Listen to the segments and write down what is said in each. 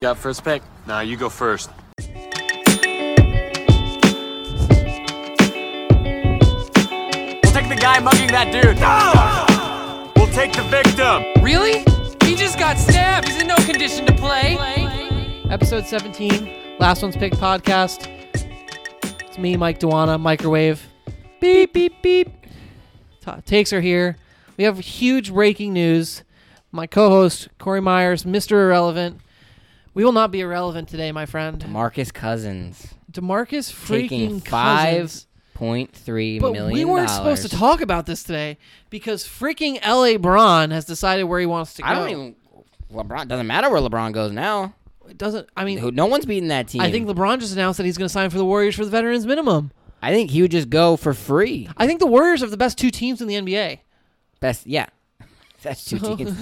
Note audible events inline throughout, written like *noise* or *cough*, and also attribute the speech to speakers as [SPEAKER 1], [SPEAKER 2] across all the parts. [SPEAKER 1] Got first pick. Nah, you go first. We'll take the guy mugging that dude. We'll take the victim.
[SPEAKER 2] Really? He just got stabbed. He's in no condition to play. Episode 17, Last One's Picked podcast. It's me, Mike Dewana, microwave. Beep, beep, beep. Ta- takes are here. We have huge breaking news. My co host, Corey Myers, Mr. Irrelevant. We will not be irrelevant today, my friend.
[SPEAKER 3] Marcus Cousins
[SPEAKER 2] Demarcus
[SPEAKER 3] taking
[SPEAKER 2] freaking
[SPEAKER 3] five
[SPEAKER 2] Cousins.
[SPEAKER 3] point three
[SPEAKER 2] But
[SPEAKER 3] million dollars.
[SPEAKER 2] we weren't supposed to talk about this today because freaking L.A. Braun has decided where he wants to go.
[SPEAKER 3] I don't even. LeBron doesn't matter where LeBron goes now.
[SPEAKER 2] It doesn't. I mean,
[SPEAKER 3] Who- No one's beating that team.
[SPEAKER 2] I think LeBron just announced that he's going to sign for the Warriors for the veterans minimum.
[SPEAKER 3] I think he would just go for free.
[SPEAKER 2] I think the Warriors are the best two teams in the NBA.
[SPEAKER 3] Best, yeah. *laughs* That's
[SPEAKER 2] *laughs*
[SPEAKER 3] two teams.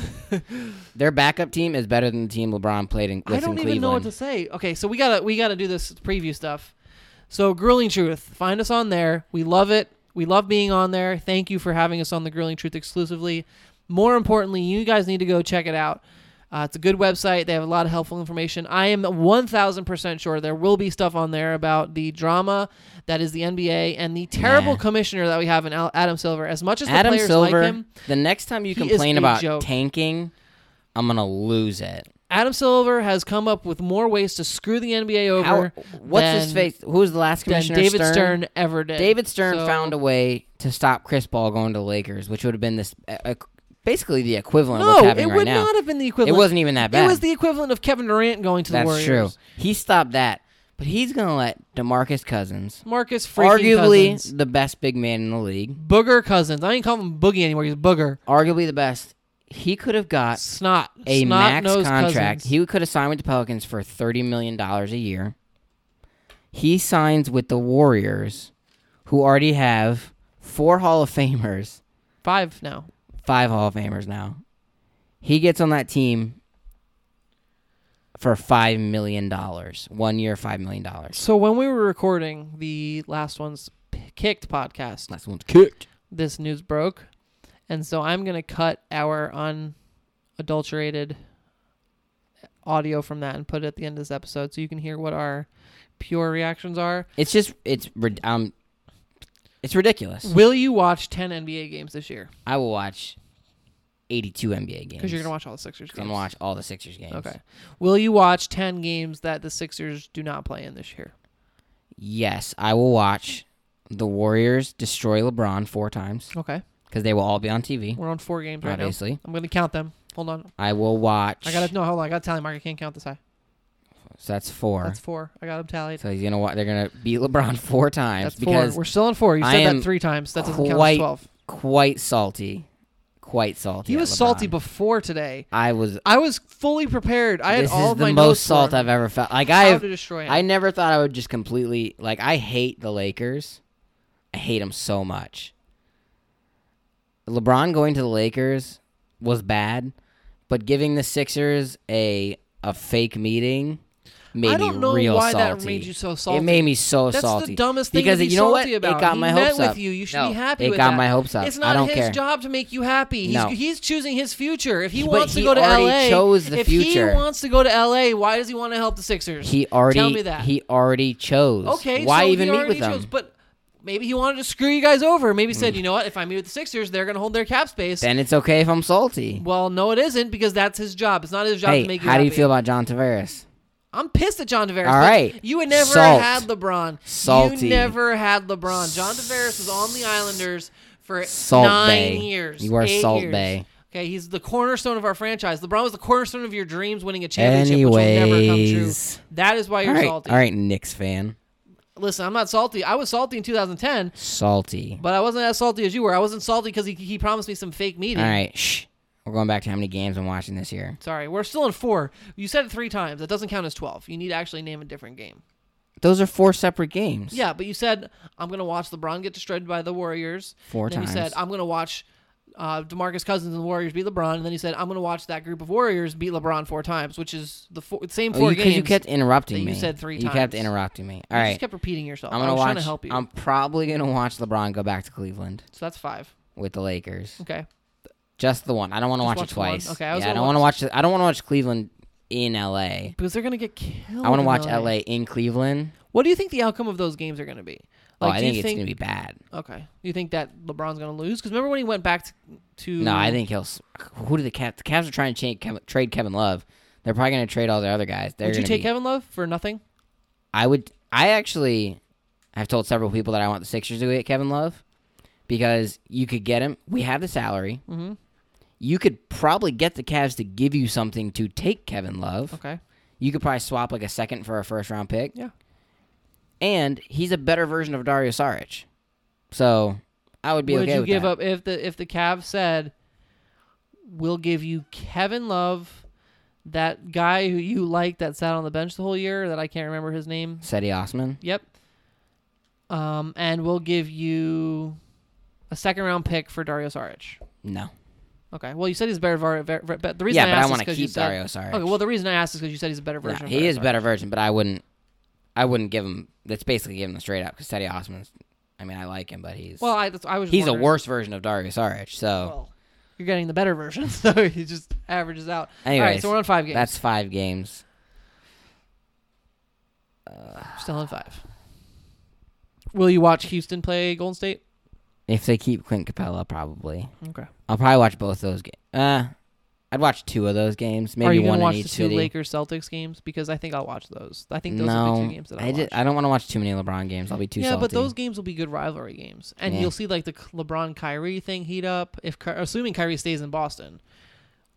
[SPEAKER 3] Their backup team is better than the team LeBron played in.
[SPEAKER 2] I
[SPEAKER 3] with
[SPEAKER 2] don't
[SPEAKER 3] in
[SPEAKER 2] even
[SPEAKER 3] Cleveland.
[SPEAKER 2] know what to say. Okay, so we gotta we gotta do this preview stuff. So Grilling Truth, find us on there. We love it. We love being on there. Thank you for having us on the Grilling Truth exclusively. More importantly, you guys need to go check it out. Uh, it's a good website. They have a lot of helpful information. I am 1,000% sure there will be stuff on there about the drama that is the NBA and the terrible
[SPEAKER 3] Nah.
[SPEAKER 2] commissioner that we have in Al- Adam Silver. As much as the
[SPEAKER 3] Adam
[SPEAKER 2] players
[SPEAKER 3] Silver.
[SPEAKER 2] like him,
[SPEAKER 3] the next time you
[SPEAKER 2] he is
[SPEAKER 3] complain
[SPEAKER 2] a
[SPEAKER 3] about
[SPEAKER 2] joke.
[SPEAKER 3] tanking, I'm gonna lose it.
[SPEAKER 2] Adam Silver has come up with more ways to screw the NBA
[SPEAKER 3] How,
[SPEAKER 2] over.
[SPEAKER 3] what's his
[SPEAKER 2] than-
[SPEAKER 3] face? Who was the last
[SPEAKER 2] than
[SPEAKER 3] commissioner?
[SPEAKER 2] David Stern, ever did.
[SPEAKER 3] David Stern found a way to stop Chris Paul going to the Lakers, which would have been this uh, uh, basically the equivalent of
[SPEAKER 2] No,
[SPEAKER 3] what's happening
[SPEAKER 2] it
[SPEAKER 3] right
[SPEAKER 2] would
[SPEAKER 3] now.
[SPEAKER 2] not have been the equivalent.
[SPEAKER 3] It wasn't even that bad.
[SPEAKER 2] It was the equivalent of Kevin Durant going to
[SPEAKER 3] That's
[SPEAKER 2] the
[SPEAKER 3] true.
[SPEAKER 2] Warriors.
[SPEAKER 3] He stopped that, but he's gonna let DeMarcus Cousins,
[SPEAKER 2] Marcus freaking
[SPEAKER 3] arguably
[SPEAKER 2] Cousins.
[SPEAKER 3] the best big man in the league,
[SPEAKER 2] Booger Cousins. I ain't call him Boogie anymore. He's Booger.
[SPEAKER 3] arguably the best. He could have got
[SPEAKER 2] Snot.
[SPEAKER 3] a
[SPEAKER 2] Snot
[SPEAKER 3] max
[SPEAKER 2] nose
[SPEAKER 3] contract.
[SPEAKER 2] Cousins.
[SPEAKER 3] He could have signed with the Pelicans for thirty million dollars a year. He signs with the Warriors, who already have four Hall of Famers.
[SPEAKER 2] Five now.
[SPEAKER 3] five Hall of Famers now. He gets on that team for five million dollars, one year, five million dollars.
[SPEAKER 2] So when we were recording the last one's P- kicked podcast,
[SPEAKER 3] Last one's kicked.
[SPEAKER 2] this news broke, and so I'm gonna cut our unadulterated audio from that and put it at the end of this episode, so you can hear what our pure reactions are.
[SPEAKER 3] It's just it's rid- um, it's ridiculous.
[SPEAKER 2] Will you watch 10 NBA games this year?
[SPEAKER 3] I will watch eighty-two NBA games
[SPEAKER 2] Because you're gonna watch all the Sixers
[SPEAKER 3] I'm
[SPEAKER 2] games.
[SPEAKER 3] gonna watch all the Sixers games.
[SPEAKER 2] Okay. Will you watch 10 games that the Sixers do not play in this year?
[SPEAKER 3] Yes, I will watch the Warriors destroy LeBron four times
[SPEAKER 2] Okay.
[SPEAKER 3] because they will all be on TV.
[SPEAKER 2] We're on four games Oh. right
[SPEAKER 3] Obviously,
[SPEAKER 2] now. I'm gonna count them. Hold on.
[SPEAKER 3] I will watch.
[SPEAKER 2] I gotta no. Hold on. I gotta tally mark. I can't count this high.
[SPEAKER 3] So that's four.
[SPEAKER 2] That's four. I got them tallied.
[SPEAKER 3] so he's gonna wa- they're gonna beat LeBron *laughs* four times
[SPEAKER 2] That's four.
[SPEAKER 3] because
[SPEAKER 2] We're still on four. You
[SPEAKER 3] I
[SPEAKER 2] said that
[SPEAKER 3] am
[SPEAKER 2] three times. That doesn't count as
[SPEAKER 3] quite
[SPEAKER 2] twelve.
[SPEAKER 3] quite salty. Quite salty.
[SPEAKER 2] He
[SPEAKER 3] at
[SPEAKER 2] was salty
[SPEAKER 3] LeBron.
[SPEAKER 2] before today.
[SPEAKER 3] I was.
[SPEAKER 2] I was fully prepared. I had
[SPEAKER 3] this
[SPEAKER 2] all
[SPEAKER 3] is
[SPEAKER 2] of
[SPEAKER 3] the
[SPEAKER 2] my
[SPEAKER 3] most
[SPEAKER 2] notes for
[SPEAKER 3] salt I've ever felt. Like
[SPEAKER 2] how
[SPEAKER 3] I,
[SPEAKER 2] to destroy him.
[SPEAKER 3] I never thought I would just completely like. I hate the Lakers. I hate them so much. LeBron going to the Lakers was bad, but giving the Sixers a a fake meeting made
[SPEAKER 2] I don't
[SPEAKER 3] me
[SPEAKER 2] know
[SPEAKER 3] real
[SPEAKER 2] why
[SPEAKER 3] salty.
[SPEAKER 2] that made you so salty.
[SPEAKER 3] It made me so
[SPEAKER 2] That's
[SPEAKER 3] salty.
[SPEAKER 2] the dumbest thing
[SPEAKER 3] because
[SPEAKER 2] to be
[SPEAKER 3] you know
[SPEAKER 2] salty
[SPEAKER 3] what?
[SPEAKER 2] about.
[SPEAKER 3] It got
[SPEAKER 2] He
[SPEAKER 3] my
[SPEAKER 2] met
[SPEAKER 3] hopes
[SPEAKER 2] with
[SPEAKER 3] up.
[SPEAKER 2] you. You should
[SPEAKER 3] No,
[SPEAKER 2] be happy
[SPEAKER 3] It
[SPEAKER 2] with
[SPEAKER 3] got
[SPEAKER 2] that.
[SPEAKER 3] my hopes up.
[SPEAKER 2] It's
[SPEAKER 3] I
[SPEAKER 2] not
[SPEAKER 3] don't
[SPEAKER 2] his
[SPEAKER 3] care.
[SPEAKER 2] job to make you happy. He's,
[SPEAKER 3] No.
[SPEAKER 2] he's choosing his future. If he
[SPEAKER 3] But
[SPEAKER 2] wants to
[SPEAKER 3] he
[SPEAKER 2] go to
[SPEAKER 3] already
[SPEAKER 2] LA,
[SPEAKER 3] chose the
[SPEAKER 2] if
[SPEAKER 3] future.
[SPEAKER 2] he wants to go to LA, why does he want to help the Sixers?
[SPEAKER 3] He already
[SPEAKER 2] Tell me that.
[SPEAKER 3] he already chose.
[SPEAKER 2] okay,
[SPEAKER 3] why
[SPEAKER 2] so
[SPEAKER 3] even
[SPEAKER 2] he
[SPEAKER 3] meet
[SPEAKER 2] already
[SPEAKER 3] with them? Mm.
[SPEAKER 2] chose- But maybe he wanted to screw you guys over. Maybe he said, you know what? If I meet with the Sixers, they're going to hold their cap space.
[SPEAKER 3] Then it's okay if I'm salty.
[SPEAKER 2] well, no, it isn't because that's his job. It's not his job to
[SPEAKER 3] Hey,
[SPEAKER 2] make you
[SPEAKER 3] how do you
[SPEAKER 2] happy.
[SPEAKER 3] feel about John Tavares?
[SPEAKER 2] I'm pissed at John Tavares.
[SPEAKER 3] All
[SPEAKER 2] but
[SPEAKER 3] right.
[SPEAKER 2] You had never
[SPEAKER 3] Salt.
[SPEAKER 2] had LeBron. You
[SPEAKER 3] Salty.
[SPEAKER 2] never had LeBron. John Tavares was on the Islanders for
[SPEAKER 3] Salt
[SPEAKER 2] nine
[SPEAKER 3] Bae.
[SPEAKER 2] years.
[SPEAKER 3] You are
[SPEAKER 2] eight
[SPEAKER 3] Salt
[SPEAKER 2] years.
[SPEAKER 3] Bae.
[SPEAKER 2] Okay, he's the cornerstone of our franchise. LeBron was the cornerstone of your dreams winning a championship, which will never come true.
[SPEAKER 3] Anyways,
[SPEAKER 2] That is why you're
[SPEAKER 3] all right, all
[SPEAKER 2] salty.
[SPEAKER 3] right, Knicks fan,
[SPEAKER 2] Listen, I'm not salty. I was salty in 2010,
[SPEAKER 3] salty.
[SPEAKER 2] but I wasn't as salty as you were. I wasn't salty because he, he promised me some fake meeting.
[SPEAKER 3] All right, shh. We're going back to how many games I'm watching this year.
[SPEAKER 2] Sorry, we're still in four. You said it three times. That doesn't count as 12. You need to actually name a different game.
[SPEAKER 3] Those are four separate games.
[SPEAKER 2] Yeah, but you said I'm gonna watch LeBron get destroyed by the Warriors.
[SPEAKER 3] Four
[SPEAKER 2] and then You said
[SPEAKER 3] times.
[SPEAKER 2] I'm gonna watch uh, Demarcus Cousins and the Warriors beat LeBron, and then you said I'm gonna watch that group of Warriors beat LeBron four times, which is the four, same
[SPEAKER 3] Oh,
[SPEAKER 2] four
[SPEAKER 3] you, 'cause
[SPEAKER 2] games.
[SPEAKER 3] you kept interrupting
[SPEAKER 2] that you
[SPEAKER 3] me.
[SPEAKER 2] said three
[SPEAKER 3] You kept
[SPEAKER 2] times.
[SPEAKER 3] interrupting me. All
[SPEAKER 2] You
[SPEAKER 3] right,
[SPEAKER 2] just kept repeating yourself.
[SPEAKER 3] I'm
[SPEAKER 2] I
[SPEAKER 3] gonna
[SPEAKER 2] was
[SPEAKER 3] watch. um,
[SPEAKER 2] trying to help you.
[SPEAKER 3] I'm probably gonna watch LeBron go back to Cleveland
[SPEAKER 2] so that's five.
[SPEAKER 3] with the Lakers.
[SPEAKER 2] Okay.
[SPEAKER 3] Just the one. I don't want to watch,
[SPEAKER 2] watch
[SPEAKER 3] it
[SPEAKER 2] the one?
[SPEAKER 3] twice.
[SPEAKER 2] Okay, I was
[SPEAKER 3] yeah, I
[SPEAKER 2] gonna
[SPEAKER 3] don't want to watch. I don't want to watch Cleveland in LA.
[SPEAKER 2] because they're gonna get killed.
[SPEAKER 3] I want to
[SPEAKER 2] in
[SPEAKER 3] watch LA in Cleveland.
[SPEAKER 2] What do you think the outcome of those games are gonna be?
[SPEAKER 3] oh, I
[SPEAKER 2] do you
[SPEAKER 3] think it's gonna be bad.
[SPEAKER 2] Okay. You think that LeBron's going to lose? Because remember when he went back to, to
[SPEAKER 3] No, I think he'll. s- Who do the Cavs? The Cavs are trying to change, Kev- trade Kevin Love. They're probably going to trade all the other guys. They're
[SPEAKER 2] Would you
[SPEAKER 3] gonna
[SPEAKER 2] take
[SPEAKER 3] be-
[SPEAKER 2] Kevin Love for nothing?
[SPEAKER 3] I would. I actually have told several people that I want the Sixers to get Kevin Love because you could get him. We have the salary. Mm-hmm. You could probably get the Cavs to give you something to take Kevin Love.
[SPEAKER 2] Okay.
[SPEAKER 3] You could probably swap like a second for a first round pick.
[SPEAKER 2] Yeah.
[SPEAKER 3] And he's a better version of Dario Saric. So I would be
[SPEAKER 2] Would
[SPEAKER 3] okay
[SPEAKER 2] you
[SPEAKER 3] with
[SPEAKER 2] give
[SPEAKER 3] that.
[SPEAKER 2] up if the if the Cavs said we'll give you Kevin Love, that guy who you like that sat on the bench the whole year that I can't remember his name.
[SPEAKER 3] Seti Osman.
[SPEAKER 2] Yep. Um, and we'll give you a second round pick for Dario Saric.
[SPEAKER 3] No.
[SPEAKER 2] Okay. Well, you said he's a better. Var- ver- ver- but the reason
[SPEAKER 3] Yeah,
[SPEAKER 2] I
[SPEAKER 3] but I
[SPEAKER 2] asked is
[SPEAKER 3] wanna
[SPEAKER 2] 'cause you
[SPEAKER 3] keep
[SPEAKER 2] said-
[SPEAKER 3] Dario Saric.
[SPEAKER 2] Okay. Well, the reason I asked is because you said he's a better version.
[SPEAKER 3] No,
[SPEAKER 2] of
[SPEAKER 3] he
[SPEAKER 2] Dario
[SPEAKER 3] is a
[SPEAKER 2] Saric.
[SPEAKER 3] better version, but I wouldn't. I wouldn't give him. That's basically giving him straight up because Teddy Osman's. I mean, I like him, but he's
[SPEAKER 2] Well, I, that's, I was. just
[SPEAKER 3] he's a
[SPEAKER 2] wondering.
[SPEAKER 3] worse version of Dario Saric. So,
[SPEAKER 2] well, you're getting the better version, *laughs* so he just averages out. All right,
[SPEAKER 3] Anyways,
[SPEAKER 2] so we're on five games.
[SPEAKER 3] that's five games.
[SPEAKER 2] still on five. Will you watch Houston play Golden State?
[SPEAKER 3] If they keep Clint Capella, probably
[SPEAKER 2] Okay.
[SPEAKER 3] I'll probably watch both those games. Uh, I'd watch two of those games, maybe
[SPEAKER 2] Are you gonna
[SPEAKER 3] one in
[SPEAKER 2] watch
[SPEAKER 3] each
[SPEAKER 2] the two
[SPEAKER 3] city.
[SPEAKER 2] Lakers Celtics games? Because I think I'll watch those. I think those are the
[SPEAKER 3] no,
[SPEAKER 2] two games that I'll
[SPEAKER 3] I, just,
[SPEAKER 2] watch.
[SPEAKER 3] I don't want to watch too many LeBron games. I'll be too
[SPEAKER 2] yeah,
[SPEAKER 3] salty.
[SPEAKER 2] but those games will be good rivalry games, and
[SPEAKER 3] Yeah.
[SPEAKER 2] you'll see like the K- LeBron Kyrie thing heat up. If Ky- assuming Kyrie stays in Boston,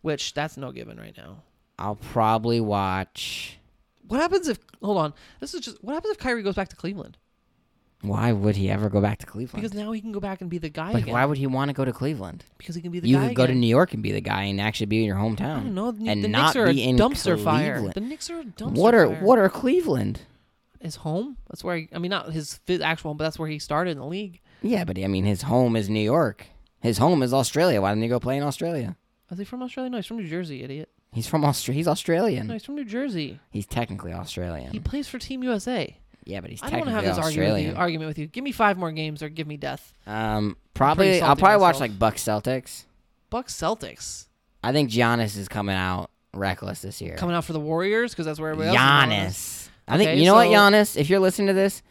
[SPEAKER 2] which that's no given right now.
[SPEAKER 3] I'll probably watch.
[SPEAKER 2] What happens if? Hold on, this is just what happens if Kyrie goes back to Cleveland?
[SPEAKER 3] Why would he ever go back to Cleveland?
[SPEAKER 2] Because now he can go back and be the guy
[SPEAKER 3] but
[SPEAKER 2] again.
[SPEAKER 3] why would he want to go to Cleveland?
[SPEAKER 2] because he can be the
[SPEAKER 3] you
[SPEAKER 2] guy
[SPEAKER 3] could go to
[SPEAKER 2] again.
[SPEAKER 3] New York and be the guy and actually be in your
[SPEAKER 2] I
[SPEAKER 3] hometown.
[SPEAKER 2] don't know. The,
[SPEAKER 3] and
[SPEAKER 2] the
[SPEAKER 3] not
[SPEAKER 2] Knicks are a
[SPEAKER 3] be in
[SPEAKER 2] dumpster fire.
[SPEAKER 3] Cleveland.
[SPEAKER 2] The Knicks are a dumpster
[SPEAKER 3] What are
[SPEAKER 2] fire.
[SPEAKER 3] what are Cleveland?
[SPEAKER 2] his home? That's where he, I mean, not his fi- actual home, but that's where he started in the league.
[SPEAKER 3] Yeah, but I mean, his home is New York. His home is Australia. Why didn't he go play in Australia?
[SPEAKER 2] Is he from Australia? No, he's from New Jersey, idiot.
[SPEAKER 3] He's from Australia. He's Australian.
[SPEAKER 2] No, he's from New Jersey.
[SPEAKER 3] He's technically
[SPEAKER 2] He
[SPEAKER 3] Australian.
[SPEAKER 2] plays for Team USA.
[SPEAKER 3] Yeah, but he's
[SPEAKER 2] I don't want
[SPEAKER 3] Hmm. technically
[SPEAKER 2] to have this argument with, you,
[SPEAKER 3] Australian.
[SPEAKER 2] argument with you. Give me five more games or give me death.
[SPEAKER 3] Um,
[SPEAKER 2] pretty
[SPEAKER 3] probably I'll
[SPEAKER 2] salty
[SPEAKER 3] probably watch
[SPEAKER 2] myself.
[SPEAKER 3] like Bucks Celtics.
[SPEAKER 2] Bucks Celtics
[SPEAKER 3] I think Giannis is coming out reckless this year.
[SPEAKER 2] coming out for the Warriors because that's where everybody else is.
[SPEAKER 3] Giannis. I think
[SPEAKER 2] Okay,
[SPEAKER 3] you know what
[SPEAKER 2] so-
[SPEAKER 3] Giannis. If you're listening to this,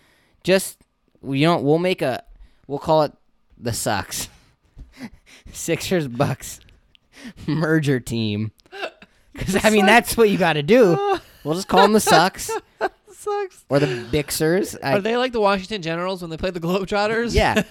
[SPEAKER 3] just you know we'll make a we'll call it the sucks. *laughs* Sixers Bucks *laughs*
[SPEAKER 2] *laughs*
[SPEAKER 3] merger team. Because I mean that's what you got to do. We'll just call them the sucks
[SPEAKER 2] Sucks.
[SPEAKER 3] or the
[SPEAKER 2] *laughs*
[SPEAKER 3] Bixers. I-
[SPEAKER 2] Are they like the Washington Generals when they play the Globetrotters?
[SPEAKER 3] yeah.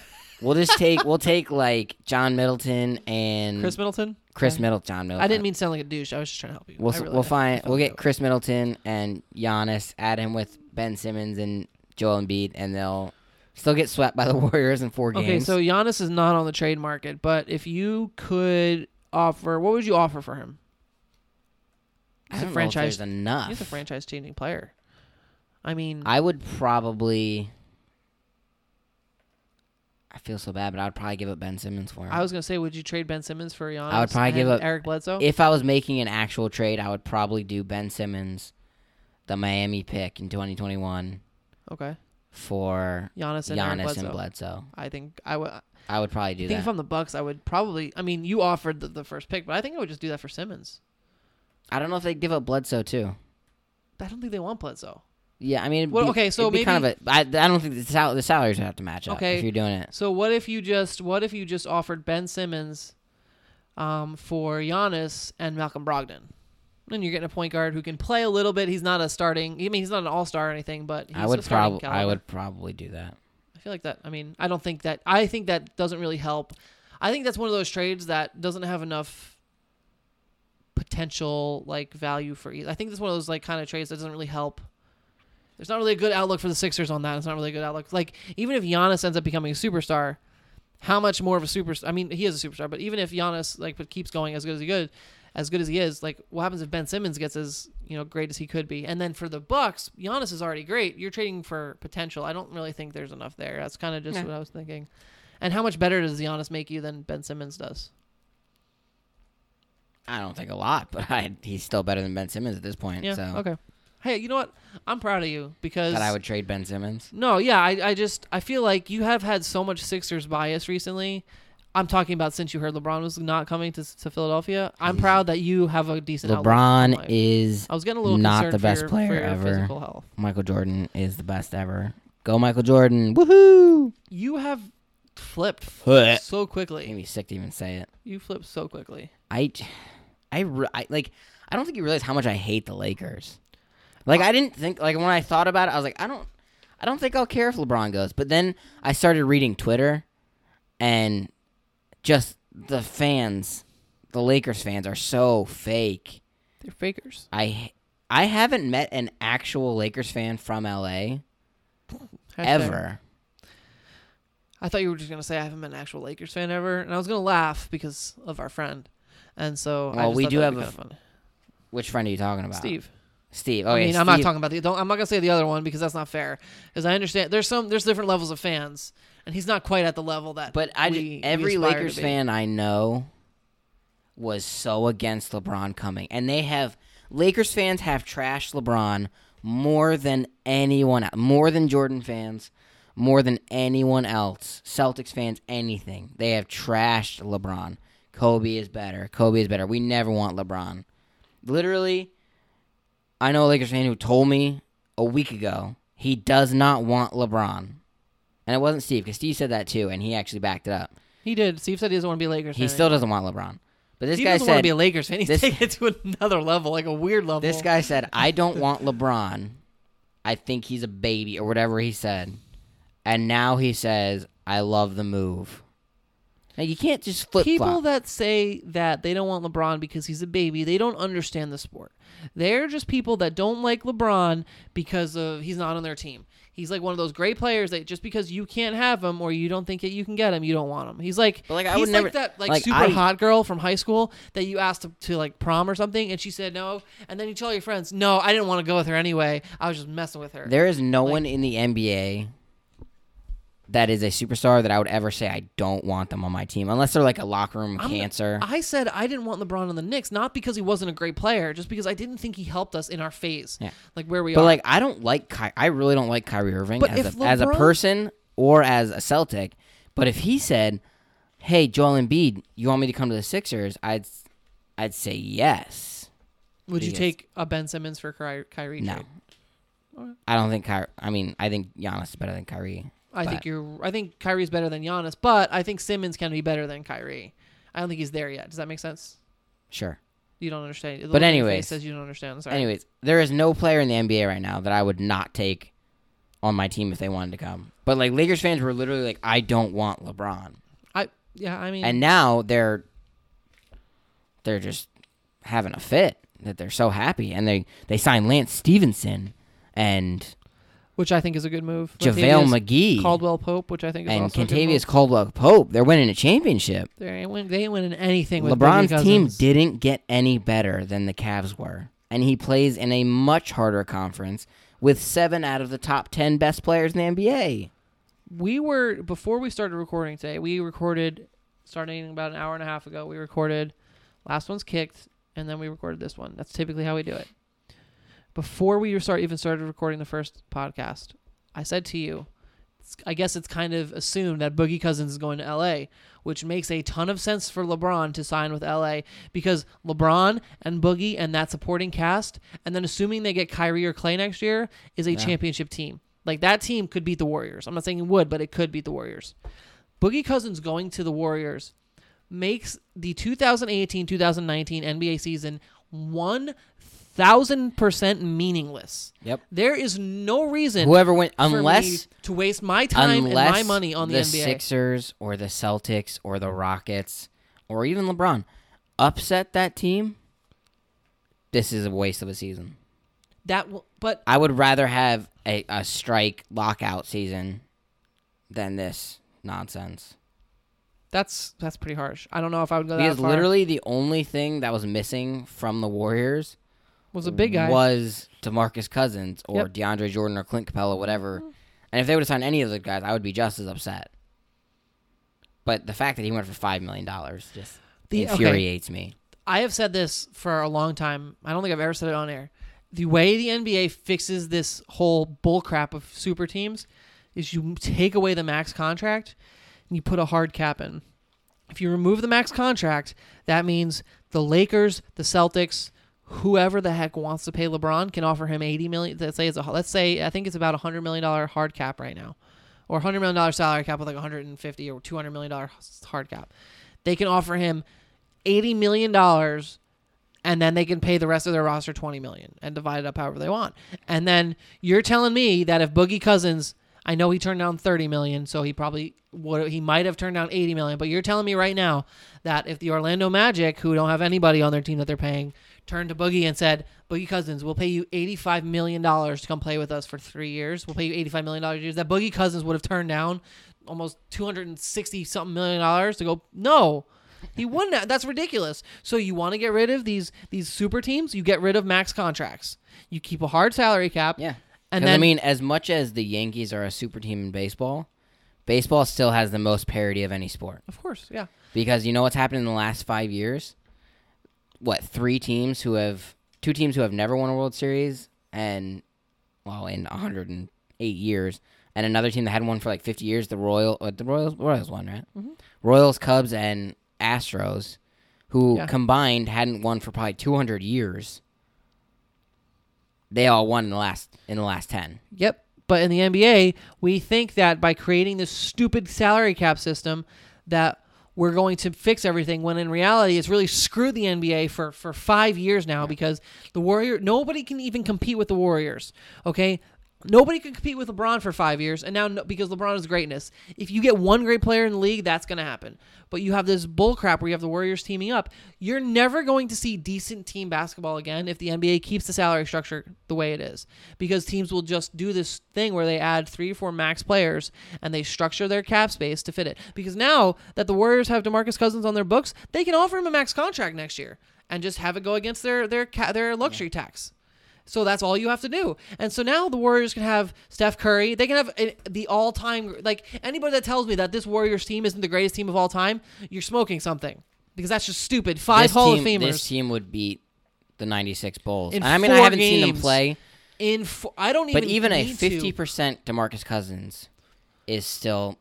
[SPEAKER 2] *laughs*
[SPEAKER 3] We'll just take we'll take like John Middleton and
[SPEAKER 2] Chris Middleton.
[SPEAKER 3] Chris Middleton. John Middleton.
[SPEAKER 2] I didn't mean to sound like a douche. I was just trying to help you.
[SPEAKER 3] We'll
[SPEAKER 2] I
[SPEAKER 3] s
[SPEAKER 2] really-
[SPEAKER 3] we'll
[SPEAKER 2] I
[SPEAKER 3] find
[SPEAKER 2] felt
[SPEAKER 3] we'll
[SPEAKER 2] like
[SPEAKER 3] get Chris Middleton and Giannis, add him with Ben Simmons and Joel Embiid, and they'll still get swept by the *laughs* Warriors in four
[SPEAKER 2] Okay,
[SPEAKER 3] games.
[SPEAKER 2] so Giannis is not on the trade market, but if you could offer, what would you offer for him?
[SPEAKER 3] I
[SPEAKER 2] he's a
[SPEAKER 3] don't know if
[SPEAKER 2] franchise-
[SPEAKER 3] there's enough.
[SPEAKER 2] He's a franchise-changing player. I mean,
[SPEAKER 3] I would probably. I feel so bad, but I would probably give up Ben Simmons for him.
[SPEAKER 2] I was gonna say, would you trade Ben Simmons for Giannis?
[SPEAKER 3] I would probably give
[SPEAKER 2] and
[SPEAKER 3] up-
[SPEAKER 2] Eric Bledsoe.
[SPEAKER 3] if I was making an actual trade, I would probably do Ben Simmons, the Miami pick in 2021
[SPEAKER 2] okay,
[SPEAKER 3] for
[SPEAKER 2] Giannis and Eric
[SPEAKER 3] Giannis
[SPEAKER 2] Bledsoe.
[SPEAKER 3] and Bledsoe.
[SPEAKER 2] I think I would. I
[SPEAKER 3] I would probably do
[SPEAKER 2] think
[SPEAKER 3] that.
[SPEAKER 2] if I'm the Bucks, I would probably. I mean, you offered the, the first pick, but I think I would just do that for Simmons.
[SPEAKER 3] I don't know if they'd give up Bledsoe too.
[SPEAKER 2] I don't think they want Bledsoe.
[SPEAKER 3] Yeah, I mean, it'd
[SPEAKER 2] Well,
[SPEAKER 3] be-
[SPEAKER 2] okay, so
[SPEAKER 3] it'd be kind of
[SPEAKER 2] maybe-
[SPEAKER 3] a. I, I don't think the, sal- the salaries would have to match up
[SPEAKER 2] Okay.
[SPEAKER 3] if you're doing it.
[SPEAKER 2] So what if you just what if you just offered Ben Simmons, um, for Giannis and Malcolm Brogdon? And you're getting a point guard who can play a little bit. He's not a starting. I mean, he's not an all star or anything, but he's
[SPEAKER 3] I would
[SPEAKER 2] a starting
[SPEAKER 3] probably, I
[SPEAKER 2] caliber.
[SPEAKER 3] would probably do that.
[SPEAKER 2] I feel like that. I mean, I don't think that. I think that doesn't really help. I think that's one of those trades that doesn't have enough potential like value for either. I think that's one of those like kind of trades that doesn't really help. There's not really a good outlook for the Sixers on that. It's not really a good outlook. Like even if Giannis ends up becoming a superstar, how much more of a superstar? I mean, he is a superstar, but even if Giannis like but keeps going as good as he good, as good as he is, like what happens if Ben Simmons gets as you know great as he could be? And then for the Bucks, Giannis is already great. You're trading for potential. I don't really think there's enough there. That's kind of just
[SPEAKER 3] Nah.
[SPEAKER 2] what I was thinking. And how much better does Giannis make you than Ben Simmons does?
[SPEAKER 3] I don't think a lot, *laughs* but I, he's still better than Ben Simmons at this point.
[SPEAKER 2] Yeah.
[SPEAKER 3] so
[SPEAKER 2] Okay. Hey, you know what? I'm proud of you because
[SPEAKER 3] that I would trade Ben Simmons.
[SPEAKER 2] No, yeah, I, I just I feel like you have had so much Sixers bias recently. I'm talking about since you heard LeBron was not coming to, to Philadelphia. I'm proud that you have a decent. outlook on
[SPEAKER 3] LeBron
[SPEAKER 2] life.
[SPEAKER 3] is
[SPEAKER 2] I was getting a little
[SPEAKER 3] not
[SPEAKER 2] concerned
[SPEAKER 3] the
[SPEAKER 2] for
[SPEAKER 3] best
[SPEAKER 2] your-
[SPEAKER 3] player
[SPEAKER 2] for your
[SPEAKER 3] ever.
[SPEAKER 2] Physical health.
[SPEAKER 3] Michael Jordan is the best ever. Go Michael Jordan. Woohoo!
[SPEAKER 2] You have flipped
[SPEAKER 3] Made
[SPEAKER 2] so quickly.
[SPEAKER 3] me sick to even say it.
[SPEAKER 2] You flipped so quickly.
[SPEAKER 3] I, I, re- I like. I don't think you realize how much I hate the Lakers. Like I didn't think like when I thought about it, I was like, I don't, I don't think I'll care if LeBron goes. But then I started reading Twitter, and just the fans, the Lakers fans are so fake.
[SPEAKER 2] They're fakers.
[SPEAKER 3] I I haven't met an actual Lakers fan from LA
[SPEAKER 2] Hashtag.
[SPEAKER 3] ever.
[SPEAKER 2] I thought you were just gonna say I haven't been an actual Lakers fan ever, and I was gonna laugh because of our friend. And so, I
[SPEAKER 3] Well,
[SPEAKER 2] just
[SPEAKER 3] we
[SPEAKER 2] thought
[SPEAKER 3] do
[SPEAKER 2] that'd be
[SPEAKER 3] have a
[SPEAKER 2] kinda funny.
[SPEAKER 3] Which friend are you talking about?
[SPEAKER 2] Steve.
[SPEAKER 3] Steve. Oh,
[SPEAKER 2] I
[SPEAKER 3] yeah,
[SPEAKER 2] mean, I'm not
[SPEAKER 3] Steve-
[SPEAKER 2] talking about the. Don't, I'm not gonna say the other one because that's not fair. Because I understand there's some there's different levels of fans, and he's not quite at the level that.
[SPEAKER 3] But I
[SPEAKER 2] we- we
[SPEAKER 3] every
[SPEAKER 2] aspire to
[SPEAKER 3] Lakers
[SPEAKER 2] be.
[SPEAKER 3] fan I know was so against LeBron coming, and they have Lakers fans have trashed LeBron more than anyone, el- more than Jordan fans, more than anyone else. Celtics fans, anything they have trashed LeBron. Kobe is better. Kobe is better. We never want LeBron. Literally, I know a Lakers fan who told me a week ago he does not want LeBron. And it wasn't Steve because Steve said that too, and he actually backed it up.
[SPEAKER 2] He did. Steve said he doesn't want to be a Lakers
[SPEAKER 3] He
[SPEAKER 2] fan.
[SPEAKER 3] still doesn't want LeBron. But this
[SPEAKER 2] Steve
[SPEAKER 3] guy
[SPEAKER 2] doesn't want to
[SPEAKER 3] said,
[SPEAKER 2] be a Lakers fan. He's
[SPEAKER 3] this-
[SPEAKER 2] taking it to another level, like a weird level.
[SPEAKER 3] this guy said,
[SPEAKER 2] *laughs*
[SPEAKER 3] I don't want LeBron. I think he's a baby or whatever he said. And now he says, I love the move. Like you can't just flip
[SPEAKER 2] People
[SPEAKER 3] flop.
[SPEAKER 2] that say that they don't want LeBron because he's a baby, they don't understand the sport. They're just people that don't like LeBron because of he's not on their team. He's like one of those great players that just because you can't have him or you don't think that you can get him, you don't want him. He's like,
[SPEAKER 3] But, like, I
[SPEAKER 2] he's
[SPEAKER 3] would never-
[SPEAKER 2] like that like,
[SPEAKER 3] like,
[SPEAKER 2] super
[SPEAKER 3] I-
[SPEAKER 2] hot girl from high school that you asked to, to like prom or something and she said no, and then you tell your friends, no, I didn't want to go with her anyway. I was just messing with her.
[SPEAKER 3] There is no one in the NBA that is a superstar that I would ever say I don't want them on my team, unless they're like a locker room
[SPEAKER 2] I'm-
[SPEAKER 3] cancer.
[SPEAKER 2] I said I didn't want LeBron on the Knicks, not because he wasn't a great player, just because I didn't think he helped us in our phase,
[SPEAKER 3] Yeah.
[SPEAKER 2] like where we
[SPEAKER 3] But
[SPEAKER 2] are.
[SPEAKER 3] like, I don't like Ky- I really don't like Kyrie Irving
[SPEAKER 2] But
[SPEAKER 3] as a,
[SPEAKER 2] if
[SPEAKER 3] as a
[SPEAKER 2] LeBron-
[SPEAKER 3] person or as a Celtic. But if he said, "Hey, Joel Embiid, you want me to come to the Sixers?" I'd I'd say yes.
[SPEAKER 2] Would you
[SPEAKER 3] Yes.
[SPEAKER 2] take a Ben Simmons for Ky- Kyrie?
[SPEAKER 3] No,
[SPEAKER 2] trade?
[SPEAKER 3] I don't think Kyrie. I mean, I think Giannis is better than Kyrie.
[SPEAKER 2] I think
[SPEAKER 3] but-
[SPEAKER 2] you're. I think Kyrie's better than Giannis, but I think Simmons can be better than Kyrie. I don't think he's there yet. Does that make sense?
[SPEAKER 3] Sure.
[SPEAKER 2] You don't understand. The
[SPEAKER 3] But
[SPEAKER 2] look on your
[SPEAKER 3] anyways.
[SPEAKER 2] face says you don't understand. Sorry.
[SPEAKER 3] Anyways, there is no player in the NBA right now that I would not take on my team if they wanted to come. But like Lakers fans were literally like, "I don't want LeBron,"
[SPEAKER 2] I yeah. I mean,
[SPEAKER 3] and now they're they're just having a fit that they're so happy, and they they signed Lance Stevenson and
[SPEAKER 2] which I think is a good move.
[SPEAKER 3] JaVale
[SPEAKER 2] Latavius
[SPEAKER 3] McGee
[SPEAKER 2] Caldwell Pope, which I think is
[SPEAKER 3] and
[SPEAKER 2] also
[SPEAKER 3] Contavious
[SPEAKER 2] A good move.
[SPEAKER 3] Caldwell Pope. They're winning a championship.
[SPEAKER 2] They ain't win. They ain't winning anything. With Boogie
[SPEAKER 3] LeBron's team
[SPEAKER 2] Cousins.
[SPEAKER 3] didn't get any better than the Cavs were, and he plays in a much harder conference with seven out of the top ten best players in the NBA.
[SPEAKER 2] we were before we started recording today we recorded starting about an hour and a half ago we recorded last one's kicked and then we recorded this one that's typically how we do it before we start even started recording the first podcast i said to you it's- i guess it's kind of assumed that boogie cousins is going to la which makes a ton of sense for lebron to sign with la because lebron and boogie and that supporting cast and then assuming they get kyrie or clay next year is a championship team like that team could beat the warriors i'm not saying it would but it could beat the warriors Boogie Cousins going to the Warriors makes the 2018 2019 NBA season 1000% meaningless.
[SPEAKER 3] Yep.
[SPEAKER 2] There is no reason
[SPEAKER 3] Whoever went,
[SPEAKER 2] for me
[SPEAKER 3] unless
[SPEAKER 2] to waste my time and
[SPEAKER 3] unless
[SPEAKER 2] my money on the, NBA.
[SPEAKER 3] Sixers or the Celtics or the Rockets or even LeBron upset that team, this is a waste of a season.
[SPEAKER 2] That will, but
[SPEAKER 3] I would rather have a, a strike lockout season than this nonsense.
[SPEAKER 2] that's that's pretty harsh. I don't know if I would go that
[SPEAKER 3] Because
[SPEAKER 2] far.
[SPEAKER 3] literally the only thing that was missing from the Warriors
[SPEAKER 2] was a big guy.
[SPEAKER 3] was DeMarcus Cousins or
[SPEAKER 2] Yep.
[SPEAKER 3] DeAndre Jordan or Clint Capella, whatever. And if they would have signed any of those guys, I would be just as upset. But the fact that he went for five million dollars just
[SPEAKER 2] The- okay.
[SPEAKER 3] infuriates me.
[SPEAKER 2] I have said this for a long time. I don't think I've ever said it on air. The way the NBA fixes this whole bullcrap of super teams is you take away the max contract and you put a hard cap in. If you remove the max contract, that means the Lakers, the Celtics, whoever the heck wants to pay LeBron can offer him 80 million. Let's say it's a let's say I think it's about a 100 million dollar hard cap right now. Or 100 million dollar salary cap with like 150 or 200 million dollar hard cap. They can offer him 80 million dollars and then they can pay the rest of their roster 20 million and divide it up however they want. And then you're telling me that if Boogie Cousins, I know he turned down 30 million, so he probably would he might have turned down 80 million, but you're telling me right now that if the Orlando Magic, who don't have anybody on their team that they're paying, turned to Boogie and said, "Boogie Cousins, we'll pay you 85 million dollars to come play with us for 3 years. We'll pay you 85 million dollars years." That Boogie Cousins would have turned down almost 260 something million dollars to go, "No." He won that. That's ridiculous. So you want to get rid of these these super teams? You get rid of max contracts. You keep a hard salary cap.
[SPEAKER 3] Yeah.
[SPEAKER 2] And
[SPEAKER 3] And
[SPEAKER 2] then
[SPEAKER 3] I mean, as much as the Yankees are a super team in baseball, baseball still has the most parity of any sport.
[SPEAKER 2] of course, yeah.
[SPEAKER 3] Because you know what's happened in the last five years? What, three teams who have, two teams who have never won a World Series and, well, in 108 years, and another team that had one for like 50 years, the Royal, uh, the Royals, Royals won, right?
[SPEAKER 2] Mm-hmm.
[SPEAKER 3] Royals, Cubs, and Astros, who
[SPEAKER 2] Yeah.
[SPEAKER 3] combined hadn't won for probably 200 years. They all won in the last in the last 10.
[SPEAKER 2] Yep. But in the NBA, we think that by creating this stupid salary cap system that we're going to fix everything when in reality it's really screwed the NBA for, for five years now because the Warrior nobody can even compete with the Warriors. Okay? Nobody can compete with LeBron for five years, and now no, because LeBron is greatness, if you get one great player in the league, that's going to happen. But you have this bull crap where you have the Warriors teaming up. You're never going to see decent team basketball again if the NBA keeps the salary structure the way it is, because teams will just do this thing where they add three or four max players and they structure their cap space to fit it. Because now that the Warriors have DeMarcus Cousins on their books, they can offer him a max contract next year and just have it go against their their ca- their luxury tax. So that's all you have to do. And so now the Warriors can have Steph Curry. They can have uh, the all time, like anybody that tells me that this Warriors team isn't the greatest team of all time, you're smoking something because that's just stupid. Five
[SPEAKER 3] This
[SPEAKER 2] Hall
[SPEAKER 3] team-
[SPEAKER 2] of Famers
[SPEAKER 3] This team would beat the 96 Bulls.
[SPEAKER 2] In
[SPEAKER 3] I mean, I
[SPEAKER 2] four
[SPEAKER 3] haven't seen them
[SPEAKER 2] games.
[SPEAKER 3] play,
[SPEAKER 2] in, four, I don't even,
[SPEAKER 3] but even a
[SPEAKER 2] need to.
[SPEAKER 3] 50% DeMarcus Cousins is still,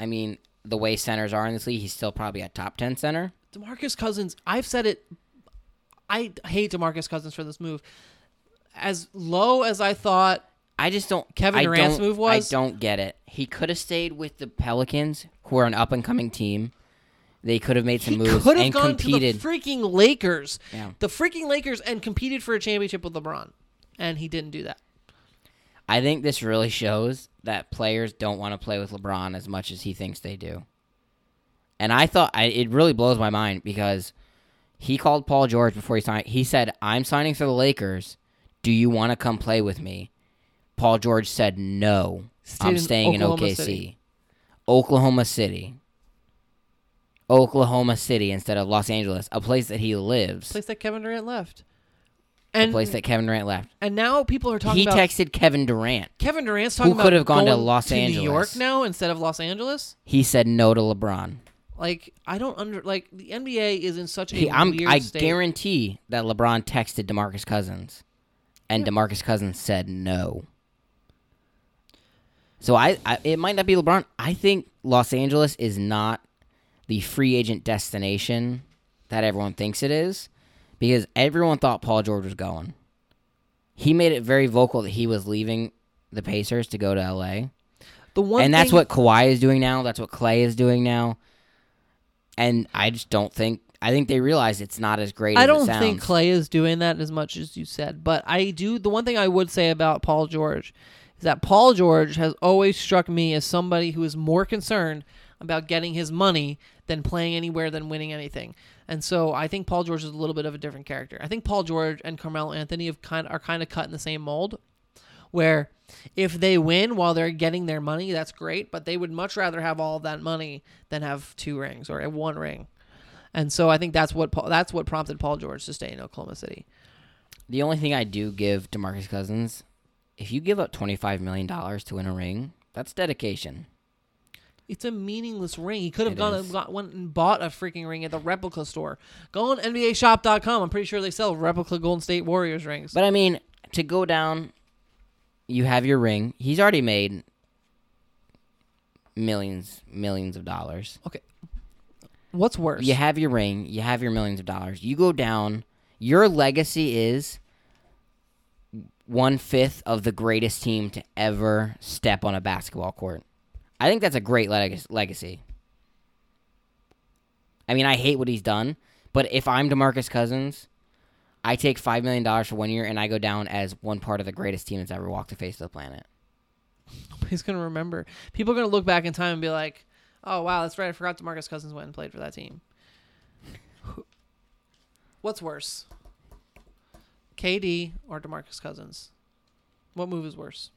[SPEAKER 3] I mean, the way centers are in this league, he's still probably a top 10 center.
[SPEAKER 2] DeMarcus Cousins, I've said it. I hate DeMarcus Cousins for this move. As low as I thought
[SPEAKER 3] I just don't.
[SPEAKER 2] Kevin
[SPEAKER 3] I
[SPEAKER 2] Durant's
[SPEAKER 3] don't-
[SPEAKER 2] move was?
[SPEAKER 3] I don't get it. He could have stayed with the Pelicans, who are an up and coming team. They could have made some
[SPEAKER 2] he
[SPEAKER 3] moves
[SPEAKER 2] could have
[SPEAKER 3] and
[SPEAKER 2] gone to
[SPEAKER 3] competed.
[SPEAKER 2] the freaking Lakers,
[SPEAKER 3] Yeah.
[SPEAKER 2] the freaking Lakers, and competed for a championship with LeBron, and he didn't do that.
[SPEAKER 3] I think this really shows that players don't want to play with LeBron as much as he thinks they do. And I thought I, it really blows my mind because he called Paul George before he signed. He said, "I'm signing for the Lakers. Do you want to come play with me?" Paul George said, "No.
[SPEAKER 2] Stayed
[SPEAKER 3] I'm
[SPEAKER 2] in
[SPEAKER 3] staying
[SPEAKER 2] Oklahoma
[SPEAKER 3] in OKC,
[SPEAKER 2] City.
[SPEAKER 3] Oklahoma City, Oklahoma City instead of Los Angeles, a place that he lives,
[SPEAKER 2] place that Kevin Durant left.
[SPEAKER 3] a
[SPEAKER 2] And
[SPEAKER 3] place that Kevin Durant left."
[SPEAKER 2] and now people are talking
[SPEAKER 3] He
[SPEAKER 2] about
[SPEAKER 3] texted Kevin Durant.
[SPEAKER 2] Kevin Durant's talking
[SPEAKER 3] could
[SPEAKER 2] about
[SPEAKER 3] have gone to
[SPEAKER 2] going
[SPEAKER 3] Los Angeles.
[SPEAKER 2] New York now instead of Los Angeles.
[SPEAKER 3] He said no to LeBron.
[SPEAKER 2] Like I don't under like the NBA is in such a
[SPEAKER 3] He, I'm,
[SPEAKER 2] weird
[SPEAKER 3] I
[SPEAKER 2] state.
[SPEAKER 3] guarantee that LeBron texted DeMarcus Cousins, and DeMarcus Cousins said no. So I, I, it might not be LeBron. I think Los Angeles is not the free agent destination that everyone thinks it is, because everyone thought Paul George was going. He made it very vocal that he was leaving the Pacers to go to LA
[SPEAKER 2] the one
[SPEAKER 3] and that's
[SPEAKER 2] thing-
[SPEAKER 3] what Kawhi is doing now. That's what Clay is doing now. And I just don't think. I think they realize it's not as great.
[SPEAKER 2] I
[SPEAKER 3] as
[SPEAKER 2] don't
[SPEAKER 3] it sounds.
[SPEAKER 2] think Clay is doing that as much as you said, but I do. The one thing I would say about Paul George is that Paul George has always struck me as somebody who is more concerned about getting his money than playing anywhere than winning anything. And so I think Paul George is a little bit of a different character. I think Paul George and Carmelo Anthony have kind are kind of cut in the same mold where if they win while they're getting their money, that's great, but they would much rather have all of that money than have two rings or one ring. And so I think that's what Paul, that's what prompted Paul George to stay in Oklahoma City.
[SPEAKER 3] the only thing I do give DeMarcus Cousins, if you give up twenty five million dollars to win a ring, that's dedication.
[SPEAKER 2] It's a meaningless ring. He could have
[SPEAKER 3] It
[SPEAKER 2] gone
[SPEAKER 3] is.
[SPEAKER 2] and got one and bought a freaking ring at the replica store. Go on NBAshop.com. I'm pretty sure they sell replica Golden State Warriors rings.
[SPEAKER 3] But I mean, to go down, you have your ring. He's already made millions, millions of dollars.
[SPEAKER 2] okay. What's worse?
[SPEAKER 3] You have your ring, you have your millions of dollars. You go down. Your legacy is one fifth of the greatest team to ever step on a basketball court. I think that's a great leg- legacy. I mean, I hate what he's done, but if I'm Demarcus Cousins, I take $5 million for one year and I go down as one part of the greatest team that's ever walked the face of the planet.
[SPEAKER 2] He's gonna remember. People are gonna look back in time and be like, "Oh wow, that's right. I forgot Demarcus Cousins went and played for that team." What's worse, KD or Demarcus Cousins? What move is worse?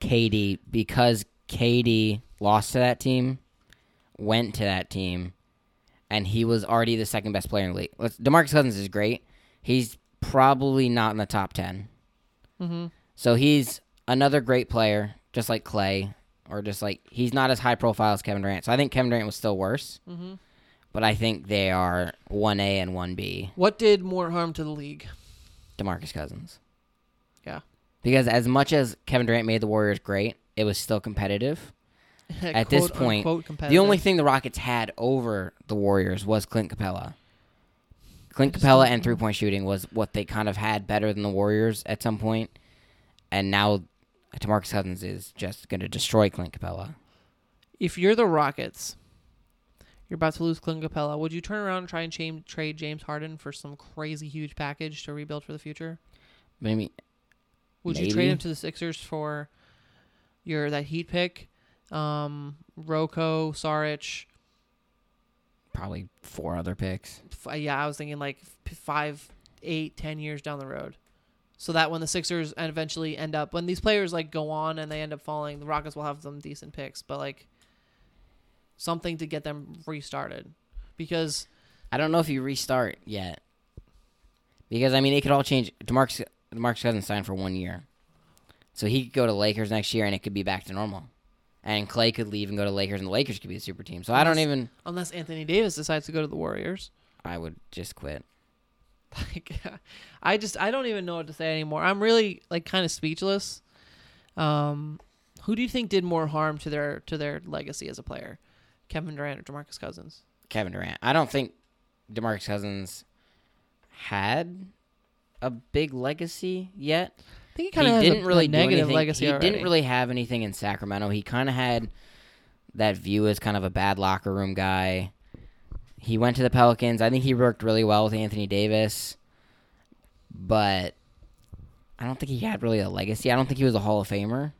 [SPEAKER 3] KD because KD lost to that team, went to that team, and he was already the second best player in the league. Let's- Demarcus Cousins is great. He's probably not in the top 10. So he's another great player, just like Clay, or just like he's not as high profile as Kevin Durant. So I think Kevin Durant was still worse, but I think they are 1A and 1B,
[SPEAKER 2] What did more harm to the league?
[SPEAKER 3] Demarcus Cousins.
[SPEAKER 2] Yeah,
[SPEAKER 3] Because as much as Kevin Durant made the Warriors great, it was still competitive. at this
[SPEAKER 2] Quote,
[SPEAKER 3] point,
[SPEAKER 2] unquote,
[SPEAKER 3] the
[SPEAKER 2] competitive.
[SPEAKER 3] only thing the Rockets had over the Warriors was Clint Capella. Clint Capella and three point shooting was what they kind of had better than the Warriors at some point, and now Demarcus Cousins is just going to destroy Clint Capella.
[SPEAKER 2] if you're the Rockets, you're about to lose Clint Capella. Would you turn around and try and cha- trade James Harden for some crazy huge package to rebuild for the future?
[SPEAKER 3] Maybe
[SPEAKER 2] Would you trade
[SPEAKER 3] Maybe.
[SPEAKER 2] him to the Sixers for your that Heat pick, um, Roko, Saric?
[SPEAKER 3] probably four other picks.
[SPEAKER 2] F- uh, yeah, I was thinking like f- five, eight, ten years down the road, so that when the Sixers and eventually end up when these players like go on and they end up falling, the Rockets will have some decent picks, but like something to get them restarted, because
[SPEAKER 3] I don't know if you restart yet, because I mean it could all change. Demarcus Demarcus Cousins signed for one year, so he could go to Lakers next year and it could be back to normal. And Clay could leave and go to Lakers, and the Lakers could be a super team. So I don't
[SPEAKER 2] Unless-
[SPEAKER 3] even.
[SPEAKER 2] unless Anthony Davis decides to go to the Warriors. *laughs*
[SPEAKER 3] I would just quit.
[SPEAKER 2] like *laughs* i just i don't even know what to say anymore i'm really like kind of speechless um who do you think did more harm to their to their legacy as a player kevin durant or demarcus cousins
[SPEAKER 3] Kevin Durant. I don't think DeMarcus Cousins had a big legacy yet.
[SPEAKER 2] i think he
[SPEAKER 3] He
[SPEAKER 2] kind of
[SPEAKER 3] didn't really do
[SPEAKER 2] negative
[SPEAKER 3] anything.
[SPEAKER 2] legacy
[SPEAKER 3] he
[SPEAKER 2] already.
[SPEAKER 3] didn't really have anything in Sacramento. He kind of had that view as kind of a bad locker room guy. He went to the Pelicans. I think he worked really well with Anthony Davis, but I don't think he had really a legacy. I don't think he was a Hall of Famer.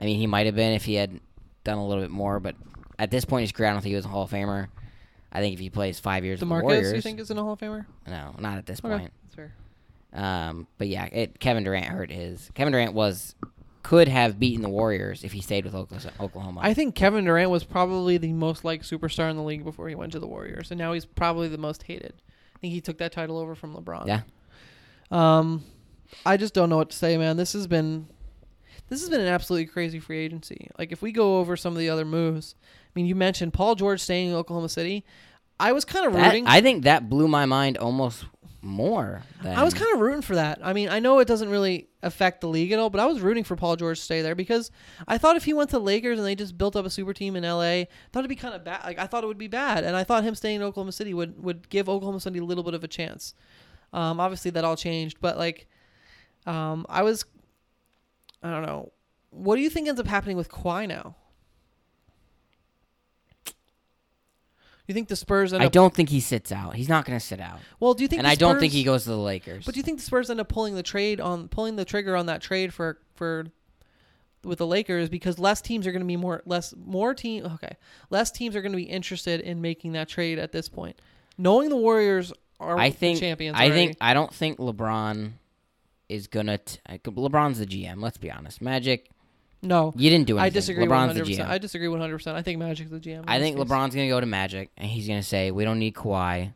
[SPEAKER 3] I mean, he might have been if he had done a little bit more, but at this point in his career, I don't think he was a Hall of Famer. I think if he plays five years with the
[SPEAKER 2] demarcus
[SPEAKER 3] Warriors,
[SPEAKER 2] you think is in a hall of famer
[SPEAKER 3] no, not at this
[SPEAKER 2] okay
[SPEAKER 3] point.
[SPEAKER 2] that's fair
[SPEAKER 3] Um, but yeah, it, Kevin Durant hurt his. Kevin Durant was could have beaten the Warriors if he stayed with Oklahoma. Oklahoma.
[SPEAKER 2] i think kevin durant was probably the most liked superstar in the league before he went to the warriors and now he's probably the most hated i think he took that title over from lebron
[SPEAKER 3] yeah,
[SPEAKER 2] Um, I just don't know what to say, man. This has been, this has been an absolutely crazy free agency. Like if we go over some of the other moves, I mean, you mentioned Paul George staying in Oklahoma City. I was kind of
[SPEAKER 3] That-
[SPEAKER 2] rooting. I,
[SPEAKER 3] I think that blew my mind almost more. Than,
[SPEAKER 2] was kind of rooting for that. I mean, I know it doesn't really affect the league at all, but I was rooting for Paul George to stay there because I thought if he went to Lakers and they just built up a super team in LA, I thought it'd be kind of bad. Like I thought it would be bad, and I thought him staying in Oklahoma City would would give Oklahoma City a little bit of a chance. Um, obviously that all changed, but like, um, I was, I don't know. What do you think ends up happening with Kawhi now? You think the Spurs end
[SPEAKER 3] I
[SPEAKER 2] up?
[SPEAKER 3] don't think he sits out. He's not going to sit out.
[SPEAKER 2] well, do you think?
[SPEAKER 3] And
[SPEAKER 2] the
[SPEAKER 3] I don't think
[SPEAKER 2] Spurs-
[SPEAKER 3] he goes to the Lakers.
[SPEAKER 2] But do you think the Spurs end up pulling the trade on pulling the trigger on that trade for for with the Lakers because less teams are going to be more less more team okay less teams are going to be interested in making that trade at this point, knowing the Warriors are
[SPEAKER 3] I
[SPEAKER 2] the
[SPEAKER 3] think.
[SPEAKER 2] champions.
[SPEAKER 3] I
[SPEAKER 2] already.
[SPEAKER 3] think. I don't think LeBron is gonna. T- I- LeBron's the GM. Let's be honest. Magic.
[SPEAKER 2] no.
[SPEAKER 3] You didn't do
[SPEAKER 2] I
[SPEAKER 3] anything.
[SPEAKER 2] disagree one
[SPEAKER 3] LeBron's the
[SPEAKER 2] hundred
[SPEAKER 3] GM.
[SPEAKER 2] percent. I disagree one hundred percent. I think Magic's the GM. in
[SPEAKER 3] I
[SPEAKER 2] this
[SPEAKER 3] think
[SPEAKER 2] case.
[SPEAKER 3] LeBron's gonna go to Magic and he's gonna say, "We don't need Kawhi.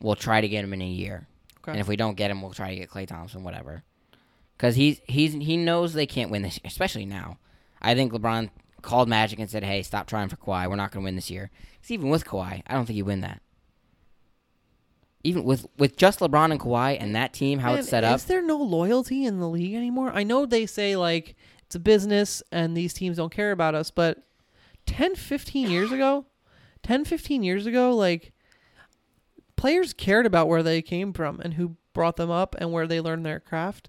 [SPEAKER 3] We'll try to get him in a year,
[SPEAKER 2] Okay.
[SPEAKER 3] and if we don't get him, we'll try to get Clay Thompson, whatever." Because he's he's he knows they can't win this, year, especially now. I think LeBron called Magic and said, "Hey, stop trying for Kawhi. We're not gonna win this year." 'Cause even with Kawhi, I don't think you win that. Even with with just LeBron and Kawhi and that team, how
[SPEAKER 2] Man,
[SPEAKER 3] it's set up,
[SPEAKER 2] Is there no loyalty in the league anymore? I know they say like it's a business and these teams don't care about us, but 10, 15 years ago, 10, 15 years ago, like players cared about where they came from and who brought them up and where they learned their craft.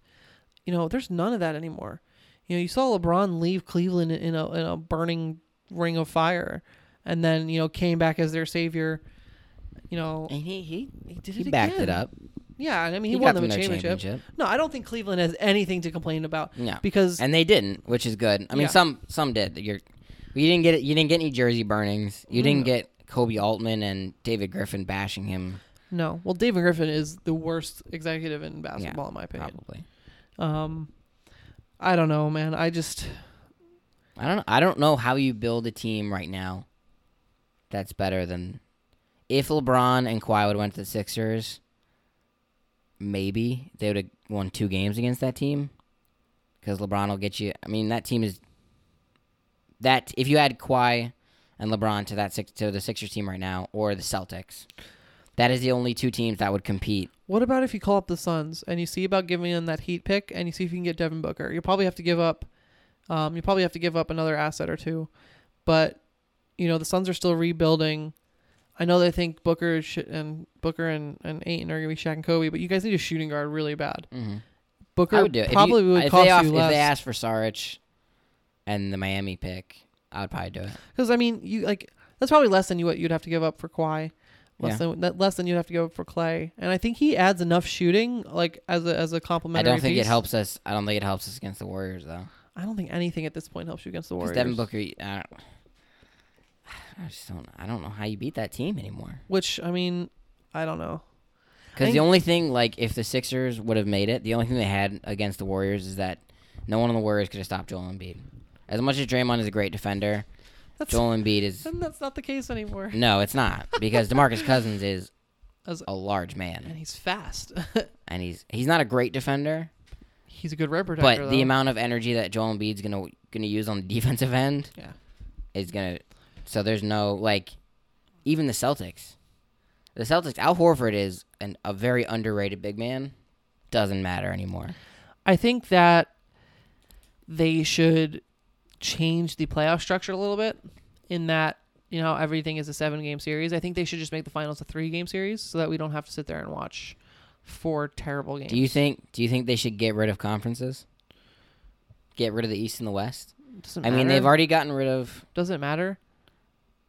[SPEAKER 2] You know, there's none of that anymore. You know, you saw LeBron leave Cleveland in a in a burning ring of fire, and then you know came back as their savior. You know,
[SPEAKER 3] And he he
[SPEAKER 2] he did
[SPEAKER 3] he
[SPEAKER 2] it
[SPEAKER 3] backed
[SPEAKER 2] again.
[SPEAKER 3] it up.
[SPEAKER 2] Yeah, and I mean,
[SPEAKER 3] He
[SPEAKER 2] he, won
[SPEAKER 3] got
[SPEAKER 2] them a
[SPEAKER 3] them their
[SPEAKER 2] championship.
[SPEAKER 3] championship.
[SPEAKER 2] No, I don't think Cleveland has anything to complain about.
[SPEAKER 3] No.
[SPEAKER 2] because
[SPEAKER 3] and they didn't, which is good. I mean,
[SPEAKER 2] Yeah.
[SPEAKER 3] some some did. You're, you didn't get you didn't get any jersey burnings. You
[SPEAKER 2] Mm.
[SPEAKER 3] didn't get Kobe Altman and David Griffin bashing him.
[SPEAKER 2] no, well, David Griffin is the worst executive in basketball, in my opinion.
[SPEAKER 3] Probably.
[SPEAKER 2] Um, I don't know, man. I just
[SPEAKER 3] I don't. I don't know how you build a team right now. That's better than if LeBron and Kawhi would went to the Sixers. Maybe they would have won two games against that team, because LeBron will get you. I mean, that team is that if you add Kawhi and LeBron to that six, to the Sixers team right now or the Celtics, that is the only two teams that would compete.
[SPEAKER 2] What about if you call up the Suns and you see about giving them that Heat pick and you see if you can get Devin Booker? You'll probably have to give up. Um, you probably have to give up another asset or two, but you know the Suns are still rebuilding. I know they think Booker sh- and Booker and and Aiton are gonna be Shaq and Kobe, but you guys need a shooting guard really bad.
[SPEAKER 3] Mm-hmm.
[SPEAKER 2] Booker
[SPEAKER 3] I would do it. If you-
[SPEAKER 2] probably would
[SPEAKER 3] if
[SPEAKER 2] cost
[SPEAKER 3] they off-
[SPEAKER 2] you
[SPEAKER 3] if they
[SPEAKER 2] less
[SPEAKER 3] asked for Saric and the Miami pick. I would probably do it.
[SPEAKER 2] because I mean you like that's probably less than you what you'd have to give up for Kawhi. Less
[SPEAKER 3] Yeah.
[SPEAKER 2] than that, less than you'd have to give up for Clay, and I think he adds enough shooting, like as a as a
[SPEAKER 3] I
[SPEAKER 2] complimentary.
[SPEAKER 3] don't think it
[SPEAKER 2] piece.
[SPEAKER 3] helps us. I don't think it helps us against the Warriors though.
[SPEAKER 2] I don't think anything at this point helps you against the
[SPEAKER 3] Because
[SPEAKER 2] Warriors.
[SPEAKER 3] Devin Booker, I, don't, *sighs* I just don't. I don't know how you beat that team anymore.
[SPEAKER 2] Which I mean, I don't know.
[SPEAKER 3] Because
[SPEAKER 2] think-
[SPEAKER 3] the only thing, like, if the Sixers would have made it, the only thing they had against the Warriors is that no one on the Warriors could have stopped Joel Embiid. As much as Draymond is a great defender,
[SPEAKER 2] That's
[SPEAKER 3] Joel Embiid is
[SPEAKER 2] and that's not the case anymore.
[SPEAKER 3] no, it's not because Demarcus Cousins is
[SPEAKER 2] *laughs* As-
[SPEAKER 3] a large man,
[SPEAKER 2] And he's fast. *laughs*
[SPEAKER 3] and he's he's not a great defender,
[SPEAKER 2] he's a good rim protector.
[SPEAKER 3] but the
[SPEAKER 2] though.
[SPEAKER 3] amount of energy that Joel Embiid's gonna gonna use on the defensive end
[SPEAKER 2] yeah,
[SPEAKER 3] is gonna. So there's no like, even the Celtics, the Celtics. Al Horford is an, a very underrated big man. Doesn't matter anymore.
[SPEAKER 2] I think that they should change the playoff structure a little bit. In that you know everything is a seven game series. I think they should just make the finals a three game series so that we don't have to sit there and watch four terrible games.
[SPEAKER 3] Do you think? Do you think they should get rid of conferences? Get rid of the East and the West.
[SPEAKER 2] Doesn't
[SPEAKER 3] I mean, they've
[SPEAKER 2] matter.
[SPEAKER 3] already gotten rid of.
[SPEAKER 2] Doesn't matter.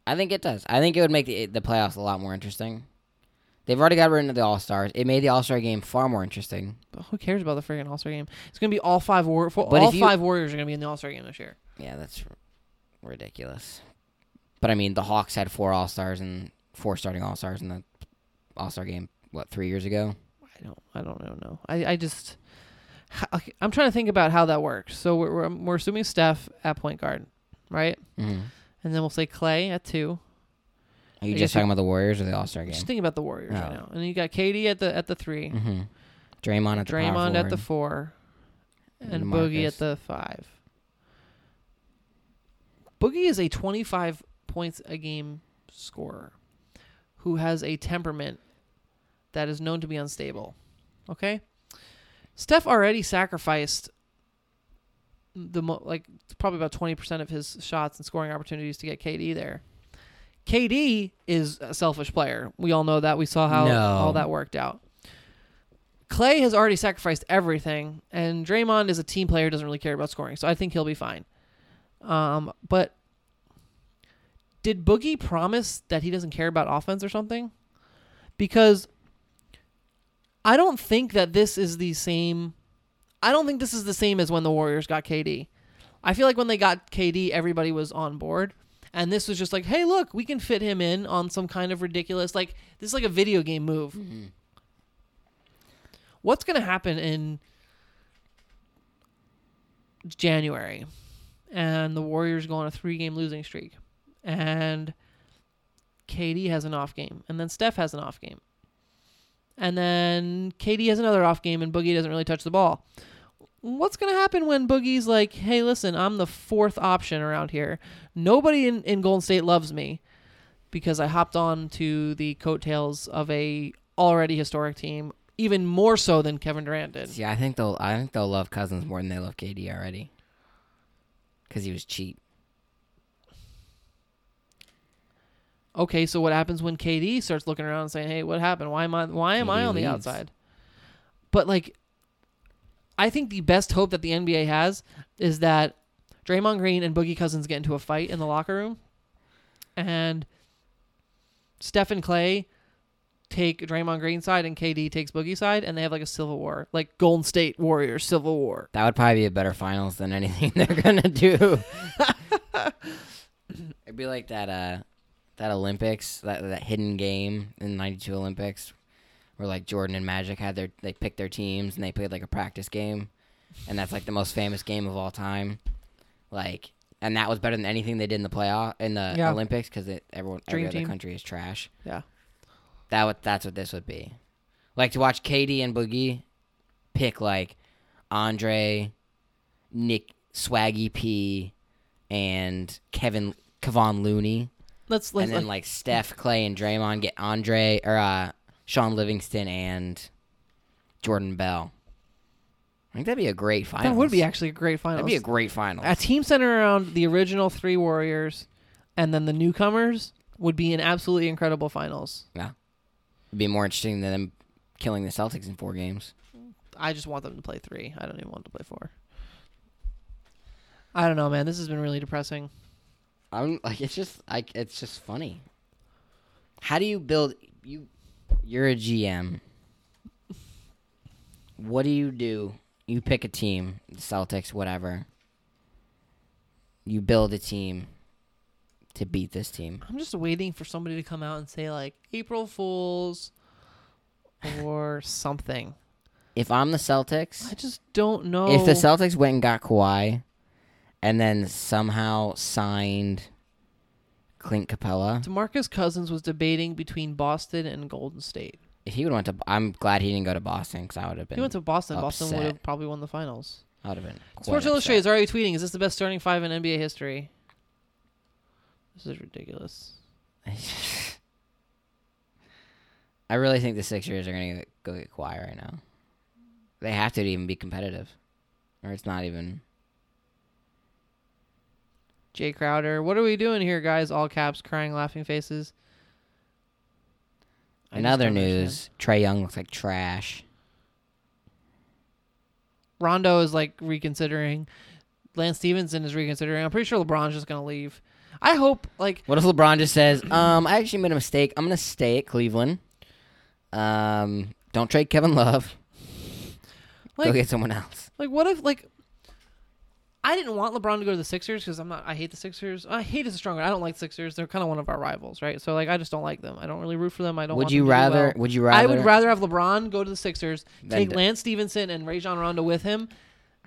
[SPEAKER 3] I think it does. I think it would make the the playoffs a lot more interesting. They've already got rid of the All Stars. It made the All Star game far more interesting.
[SPEAKER 2] But who cares about the freaking All Star game? It's gonna be all five war. for-
[SPEAKER 3] But if
[SPEAKER 2] all
[SPEAKER 3] you-
[SPEAKER 2] five Warriors are gonna be in the All Star game this year.
[SPEAKER 3] Yeah, that's r- ridiculous. But I mean, the Hawks had four All Stars and four starting All Stars in the All Star game. What three years ago?
[SPEAKER 2] I don't. I don't know. No. I. I just. ho- okay, I'm trying to think about how that works. So we're we're, we're assuming Steph at point guard, right?
[SPEAKER 3] Mm-hmm.
[SPEAKER 2] And then we'll say Clay at two.
[SPEAKER 3] Are you
[SPEAKER 2] I guess
[SPEAKER 3] just
[SPEAKER 2] you-
[SPEAKER 3] talking about the Warriors or the All Star game?
[SPEAKER 2] Just thinking about the Warriors right
[SPEAKER 3] Oh.
[SPEAKER 2] now. And then you got Katie at the at the three,
[SPEAKER 3] Mm-hmm. Draymond at the power
[SPEAKER 2] Draymond at the
[SPEAKER 3] forward.
[SPEAKER 2] four, and
[SPEAKER 3] And
[SPEAKER 2] Boogie
[SPEAKER 3] Marcus.
[SPEAKER 2] at the five. Boogie is a 25 points a game scorer, who has a temperament that is known to be unstable. Okay, Steph already sacrificed the mo- like probably about 20% of his shots and scoring opportunities to get KD there. KD is a selfish player. We all know that. We saw how
[SPEAKER 3] No.
[SPEAKER 2] all that worked out. Clay has already sacrificed everything, and Draymond is a team player, doesn't really care about scoring, so I think he'll be fine. Um, but did Boogie promise that he doesn't care about offense or something? Because I don't think that this is the same. I don't think this is the same as when the Warriors got KD. I feel like when they got KD, everybody was on board. And this was just like, hey, look, we can fit him in on some kind of ridiculous, like, this is like a video game move. What's going to happen in January? And the Warriors go on a three game losing streak. And KD has an off game. And then Steph has an off game. And then KD has another off game, and Boogie doesn't really touch the ball what's going to happen when Boogie's like, hey, listen, I'm the fourth option around here. Nobody in, in Golden State loves me because I hopped on to the coattails of a already historic team, even more so than Kevin Durant did.
[SPEAKER 3] See, I think they'll I think they'll love Cousins more than they love KD already. Cause he was cheap.
[SPEAKER 2] Okay, so what happens when KD starts looking around and saying, "Hey, what happened? Why am I? Why am I
[SPEAKER 3] KD
[SPEAKER 2] on the
[SPEAKER 3] leaves.
[SPEAKER 2] outside?" But like, I think the best hope that the NBA has is that Draymond Green and Boogie Cousins get into a fight in the locker room, and Steph and Clay take Draymond Green's side and KD takes Boogie's side, and they have like a civil war, like Golden State Warriors civil war.
[SPEAKER 3] That would probably be a better finals than anything *laughs* they're gonna do. *laughs* It'd be like that uh that Olympics, that that hidden game in ninety two Olympics where like Jordan and Magic had their they picked their teams and they played like a practice game. And that's like the most famous game of all time. Like and that was better than anything they did in the playoff in the
[SPEAKER 2] Yeah.
[SPEAKER 3] Olympics because everyone
[SPEAKER 2] Dream
[SPEAKER 3] every other
[SPEAKER 2] team.
[SPEAKER 3] country is trash.
[SPEAKER 2] Yeah.
[SPEAKER 3] That would that's what this would be. Like to watch KD and Boogie pick like Andre, Nick Swaggy P, and Kevin Kevon Looney,
[SPEAKER 2] Let's let's
[SPEAKER 3] and then like Steph Clay and Draymond get Andre or uh, Sean Livingston and Jordan Bell. I think that'd be a great final.
[SPEAKER 2] that would be actually a great final.
[SPEAKER 3] that'd be a great final.
[SPEAKER 2] a team centered around the original three Warriors and then the newcomers would be an absolutely incredible finals.
[SPEAKER 3] yeah, it'd be more interesting than them killing the Celtics in four games.
[SPEAKER 2] I just want them to play three. I don't even want them to play four. I don't know, man. This has been really depressing.
[SPEAKER 3] I'm like it's just like it's just funny. How do you build you you're a GM. What do you do? You pick a team, the Celtics, whatever. You build a team to beat this team.
[SPEAKER 2] I'm just waiting for somebody to come out and say like April Fools or something.
[SPEAKER 3] If I'm the
[SPEAKER 2] I
[SPEAKER 3] Celtics,
[SPEAKER 2] just don't know.
[SPEAKER 3] if the Celtics went and got Kawhi and then somehow signed Clint Capella,
[SPEAKER 2] Demarcus Cousins was debating between Boston and Golden State.
[SPEAKER 3] if he would went to I'm glad he didn't go to Boston cuz I would have been
[SPEAKER 2] He went to Boston. Boston would
[SPEAKER 3] upset.
[SPEAKER 2] have probably won the finals.
[SPEAKER 3] I would have been quite
[SPEAKER 2] Sports
[SPEAKER 3] upset.
[SPEAKER 2] Illustrated is already tweeting. Is this the best starting five in NBA history? This is ridiculous.
[SPEAKER 3] I really think the Sixers are going to go get Kawhi right now. They have to, to even be competitive, or it's not even.
[SPEAKER 2] Jay Crowder, what are we doing here, guys? All caps, crying, laughing faces. I
[SPEAKER 3] In
[SPEAKER 2] just
[SPEAKER 3] other
[SPEAKER 2] don't understand.
[SPEAKER 3] news, Trey Young looks like trash.
[SPEAKER 2] Rondo is like reconsidering. Lance Stevenson is reconsidering. I'm pretty sure LeBron's just gonna leave. I hope like
[SPEAKER 3] What if LeBron just says, "Um, I actually made a mistake. I'm going to stay at Cleveland. Um, don't trade Kevin Love.
[SPEAKER 2] like
[SPEAKER 3] go get someone else."
[SPEAKER 2] Like, what if like I didn't want LeBron to go to the Sixers because I'm not. I hate the Sixers. I hate is a strong. word. I don't like Sixers. They're kind of one of our rivals, right? So like, I just don't like them. I don't really root for them. I don't.
[SPEAKER 3] Would
[SPEAKER 2] want
[SPEAKER 3] you
[SPEAKER 2] them to do
[SPEAKER 3] rather?
[SPEAKER 2] well.
[SPEAKER 3] Would you rather?
[SPEAKER 2] I would rather have LeBron go to the Sixers,
[SPEAKER 3] Than
[SPEAKER 2] take
[SPEAKER 3] d-
[SPEAKER 2] Lance Stevenson and Rajon Rondo with him.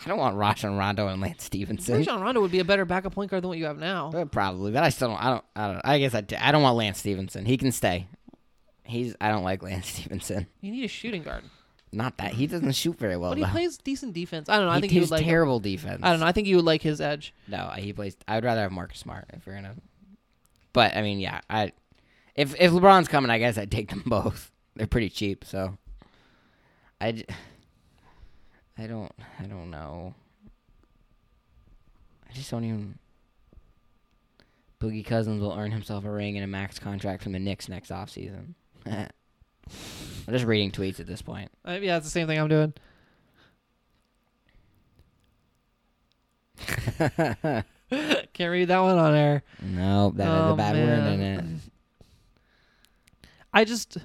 [SPEAKER 3] I don't want Rajon Rondo and Lance Stevenson. *laughs*
[SPEAKER 2] Rajon Rondo would be a better backup point guard than what you have now.
[SPEAKER 3] Uh, Probably, but I still don't. I don't. I don't. I guess I. d- I don't want Lance Stevenson. He can stay. He's. I don't like Lance Stevenson.
[SPEAKER 2] You need a shooting guard,
[SPEAKER 3] Not that he doesn't shoot very well.
[SPEAKER 2] but he
[SPEAKER 3] though.
[SPEAKER 2] plays decent defense. I don't know. I
[SPEAKER 3] Oh, He
[SPEAKER 2] think you
[SPEAKER 3] plays
[SPEAKER 2] would like.
[SPEAKER 3] terrible defense.
[SPEAKER 2] I don't know. I think you would like his edge.
[SPEAKER 3] No, he plays. I would rather have Marcus Smart if we're gonna. But I mean, yeah. I if if LeBron's coming, I guess I'd take them *laughs* both. They're pretty cheap, so. I. j- I don't. I don't know. I just don't even. Boogie Cousins will earn himself a ring and a max contract from the Knicks next offseason. *laughs* I'm just reading tweets at this point.
[SPEAKER 2] Uh, yeah, it's the same thing I'm doing. *laughs* Can't read that one on air.
[SPEAKER 3] No, that is
[SPEAKER 2] Oh,
[SPEAKER 3] a bad word in it.
[SPEAKER 2] man. I just,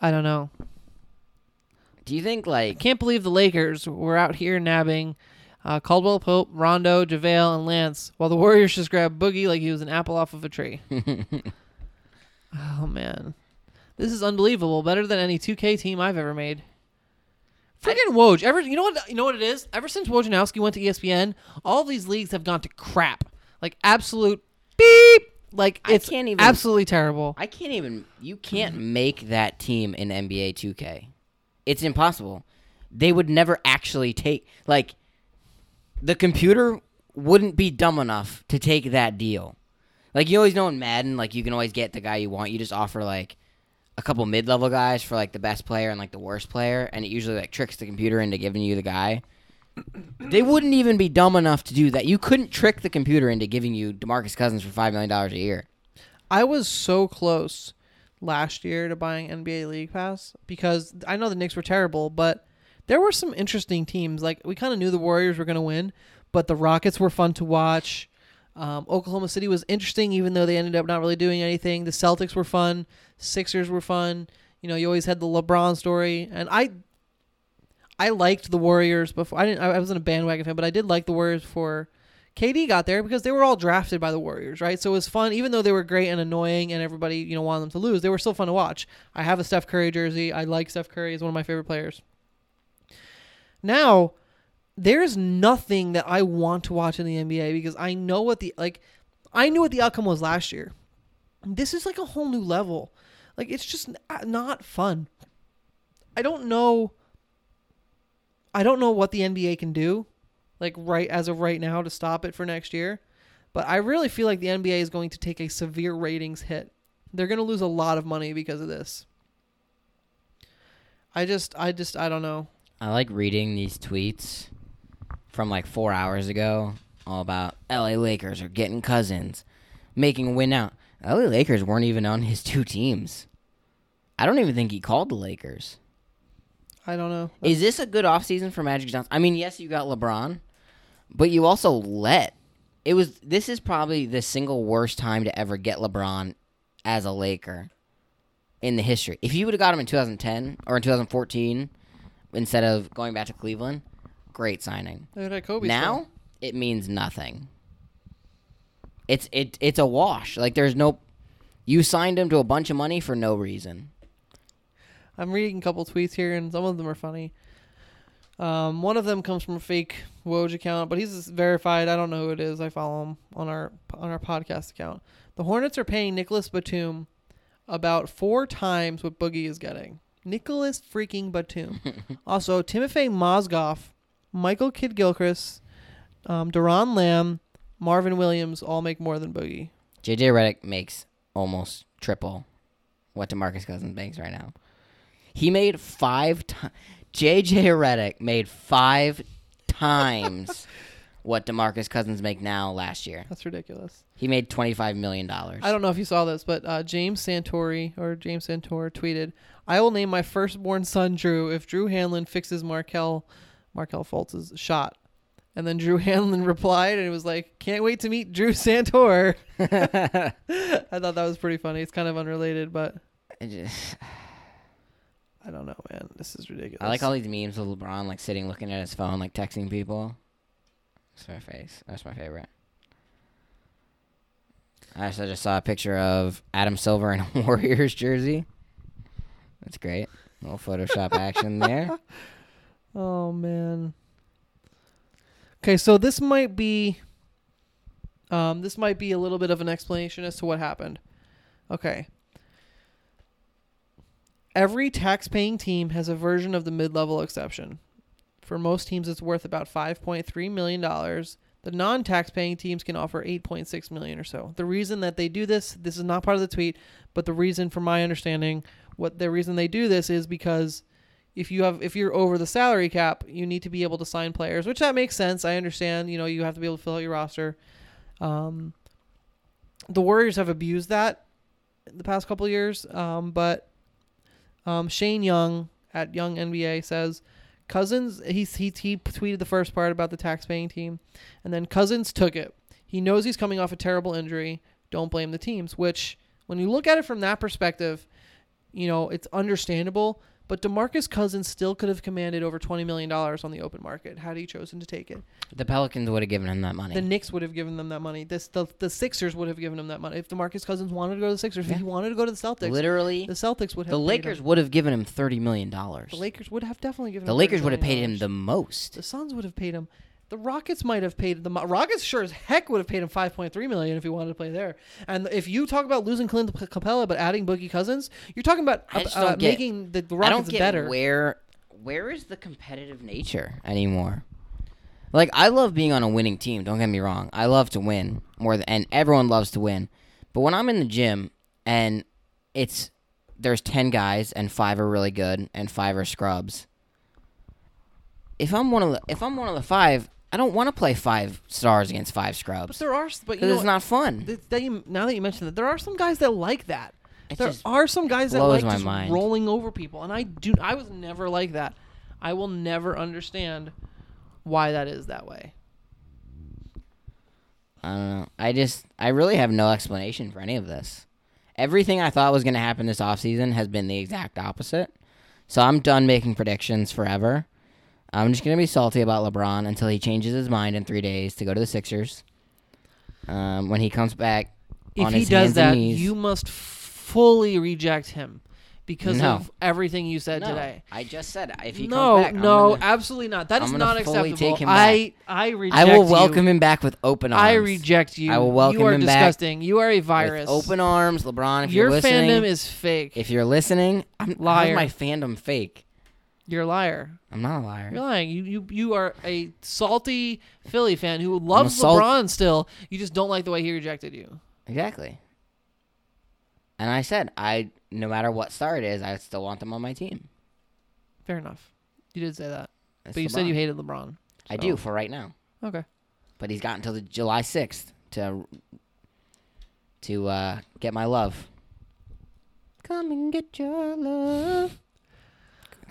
[SPEAKER 2] I don't know.
[SPEAKER 3] Do you think like
[SPEAKER 2] Can't believe the Lakers were out here nabbing uh, Caldwell Pope, Rondo, JaVale, and Lance, while the Warriors just grabbed Boogie like he was an apple off of a tree. oh, man. This is unbelievable. Better than any 2K team I've ever made. Freaking Woj. Ever, you know what? You know what it is. Ever since Wojnarowski went to E ESPN, all these leagues have gone to crap. Like absolute beep. Like
[SPEAKER 3] I
[SPEAKER 2] it's
[SPEAKER 3] can't even-
[SPEAKER 2] absolutely terrible.
[SPEAKER 3] I can't even. You can't make that team in NBA 2K. It's impossible. They would never actually take like the computer wouldn't be dumb enough to take that deal. Like you always know in Madden, like you can always get the guy you want. You just offer like a couple mid-level guys for like the best player and like the worst player, and it usually like tricks the computer into giving you the guy. They wouldn't even be dumb enough to do that. You couldn't trick the computer into giving you DeMarcus Cousins for five million dollars a year.
[SPEAKER 2] I was so close last year to buying NBA League Pass because I know the Knicks were terrible, but there were some interesting teams. Like we kind of knew the Warriors were going to win, but the Rockets were fun to watch. Um, Oklahoma City was interesting, even though they ended up not really doing anything. The Celtics were fun. Sixers were fun. You know, you always had the LeBron story, and I, I liked the Warriors before. I didn't. I I wasn't a bandwagon fan, but I did like the Warriors before KD got there because they were all drafted by the Warriors, right? So it was fun, even though they were great and annoying, and everybody you know wanted them to lose. They were still fun to watch. I have a Steph Curry jersey. I like Steph Curry. He's one of my favorite players. Now, there's nothing that I want to watch in the NBA because I know what the like I knew what the outcome was last year. This is like a whole new level. Like it's just n- not fun. I don't know I don't know what the NBA can do like right as of right now to stop it for next year, but I really feel like the NBA is going to take a severe ratings hit. They're going to lose a lot of money because of this. I just I just I don't know.
[SPEAKER 3] I like reading these tweets from like four hours ago, all about LA Lakers are getting cousins, making a win out. LA Lakers weren't even on his two teams. I don't even think he called the Lakers.
[SPEAKER 2] I don't know.
[SPEAKER 3] Is this a good offseason for Magic Johnson? I mean, yes, you got LeBron, but you also let it was this is probably the single worst time to ever get LeBron as a Laker in the history. If you would have got him in 2010 or in 2014 instead of going back to Cleveland, great signing.
[SPEAKER 2] Look at Kobe
[SPEAKER 3] Now it means nothing. It's it it's a wash. Like there's no you signed him to a bunch of money for no reason.
[SPEAKER 2] I'm reading a couple tweets here, and some of them are funny. Um, one of them comes from a fake Woj account, but he's verified. I don't know who it is. I follow him on our on our podcast account. The Hornets are paying Nicholas Batum about four times what Boogie is getting. Nicholas freaking Batum. also, Timofey Mozgov, Michael Kidd Gilchrist, um, Deron Lamb, Marvin Williams all make more than Boogie.
[SPEAKER 3] JJ Redick makes almost triple what DeMarcus Cousins makes right now. He made five times. JJ Redick made five
[SPEAKER 2] *laughs*
[SPEAKER 3] times what DeMarcus Cousins make now last year.
[SPEAKER 2] That's ridiculous.
[SPEAKER 3] He made $25 million.
[SPEAKER 2] I don't know if you saw this, but uh, James Santori or James Santor tweeted, "I will name my firstborn son Drew if Drew Hanlon fixes Markel Markel Fultz's shot." And then Drew *laughs* Hanlon replied, and it was like, "Can't wait to meet Drew
[SPEAKER 3] *laughs*
[SPEAKER 2] Santor." *laughs* I thought that was pretty funny. It's kind of unrelated, but
[SPEAKER 3] I just-
[SPEAKER 2] I don't know, man. This is ridiculous.
[SPEAKER 3] I like all these memes of LeBron like sitting looking at his phone, like texting people. That's my face. That's my favorite. I just, I just saw a picture of Adam Silver in a *laughs* Warriors jersey. That's great. little Photoshop
[SPEAKER 2] *laughs*
[SPEAKER 3] action there.
[SPEAKER 2] Oh man. Okay, so this might be um this might be a little bit of an explanation as to what happened. Okay. Every tax-paying team has a version of the mid-level exception. For most teams it's worth about 5.3 million dollars. The non-tax-paying teams can offer 8.6 million or so. The reason that they do this, this is not part of the tweet, but the reason from my understanding, what the reason they do this is because if you have if you're over the salary cap, you need to be able to sign players, which that makes sense. I understand. You know, you have to be able to fill out your roster. Um, the Warriors have abused that the past couple of years, um, but um, Shane Young at Young NBA says Cousins. He he he tweeted the first part about the tax-paying team, and then Cousins took it. He knows he's coming off a terrible injury. Don't blame the teams. Which, when you look at it from that perspective, you know, it's understandable, but DeMarcus Cousins still could have commanded over $20 million on the open market had he chosen to take it.
[SPEAKER 3] The Pelicans would have given him that money.
[SPEAKER 2] The Knicks would have given them that money. This the, the Sixers would have given him that money. If DeMarcus Cousins wanted to go to the Sixers, if he wanted to go to the Celtics,
[SPEAKER 3] Literally,
[SPEAKER 2] the Celtics would have
[SPEAKER 3] the
[SPEAKER 2] paid
[SPEAKER 3] Lakers
[SPEAKER 2] him.
[SPEAKER 3] would have given him thirty million dollars.
[SPEAKER 2] The Lakers would have definitely given
[SPEAKER 3] The
[SPEAKER 2] him
[SPEAKER 3] Lakers
[SPEAKER 2] $30
[SPEAKER 3] would have paid him
[SPEAKER 2] million.
[SPEAKER 3] the most.
[SPEAKER 2] The Suns would have paid him. The Rockets might have paid the Rockets sure as heck would have paid him 5.3 million if he wanted to play there. And if you talk about losing Clint Capella but adding Boogie Cousins, you're talking about
[SPEAKER 3] I just
[SPEAKER 2] uh,
[SPEAKER 3] don't get-
[SPEAKER 2] making the
[SPEAKER 3] I
[SPEAKER 2] Rockets
[SPEAKER 3] don't get
[SPEAKER 2] better.
[SPEAKER 3] where where is the competitive nature anymore. Like I love being on a winning team. Don't get me wrong. I love to win more than and everyone loves to win. But when I'm in the gym and it's there's ten guys and five are really good and five are scrubs. If I'm one of the if I'm one of the five, I don't want to play five stars against five
[SPEAKER 2] But
[SPEAKER 3] scrubs.
[SPEAKER 2] there are, s- but you
[SPEAKER 3] 'Cause
[SPEAKER 2] know,
[SPEAKER 3] it's not fun.
[SPEAKER 2] th- that you, now that you mention that, there are some guys that like that.
[SPEAKER 3] It
[SPEAKER 2] there
[SPEAKER 3] just
[SPEAKER 2] are some guys that
[SPEAKER 3] blows
[SPEAKER 2] like
[SPEAKER 3] my
[SPEAKER 2] just
[SPEAKER 3] mind.
[SPEAKER 2] rolling over people, and I do. I was never like that. I will never understand why that is that way.
[SPEAKER 3] I don't know. I just I really have no explanation for any of this. Everything I thought was going to happen this offseason has been the exact opposite. So I'm done making predictions forever. I'm just going to be salty about LeBron until he changes his mind in 3 days to go to the Sixers. Um, when he comes back
[SPEAKER 2] If
[SPEAKER 3] on
[SPEAKER 2] he
[SPEAKER 3] his
[SPEAKER 2] does
[SPEAKER 3] hands and
[SPEAKER 2] that,
[SPEAKER 3] knees.
[SPEAKER 2] you must fully reject him because
[SPEAKER 3] No.
[SPEAKER 2] of everything you said
[SPEAKER 3] No,
[SPEAKER 2] today.
[SPEAKER 3] I just said if he
[SPEAKER 2] no,
[SPEAKER 3] comes back. I'm
[SPEAKER 2] no,
[SPEAKER 3] gonna-
[SPEAKER 2] absolutely not. That
[SPEAKER 3] I'm
[SPEAKER 2] is
[SPEAKER 3] gonna
[SPEAKER 2] not
[SPEAKER 3] fully
[SPEAKER 2] acceptable.
[SPEAKER 3] take him
[SPEAKER 2] I I reject.
[SPEAKER 3] I will
[SPEAKER 2] you.
[SPEAKER 3] welcome him back with open arms.
[SPEAKER 2] I reject you.
[SPEAKER 3] I will welcome
[SPEAKER 2] you are
[SPEAKER 3] him back
[SPEAKER 2] disgusting. you are a
[SPEAKER 3] with
[SPEAKER 2] virus.
[SPEAKER 3] open arms, LeBron. If
[SPEAKER 2] Your
[SPEAKER 3] you're listening,
[SPEAKER 2] fandom is fake.
[SPEAKER 3] if you're listening, I'm how's
[SPEAKER 2] Liar.
[SPEAKER 3] My fandom fake.
[SPEAKER 2] You're a liar.
[SPEAKER 3] I'm not a liar.
[SPEAKER 2] You're lying. You you you are a salty Philly fan who loves
[SPEAKER 3] salt-
[SPEAKER 2] LeBron still. You just don't like the way he rejected you.
[SPEAKER 3] Exactly. And I said, I no matter what star it is, I still want them on my team.
[SPEAKER 2] Fair enough. You did say that,
[SPEAKER 3] It's
[SPEAKER 2] but you said
[SPEAKER 3] LeBron.
[SPEAKER 2] you hated LeBron.
[SPEAKER 3] I
[SPEAKER 2] so-
[SPEAKER 3] do for right now,
[SPEAKER 2] Okay.
[SPEAKER 3] but he's got until the July sixth to to uh, get my love. Come and get your love,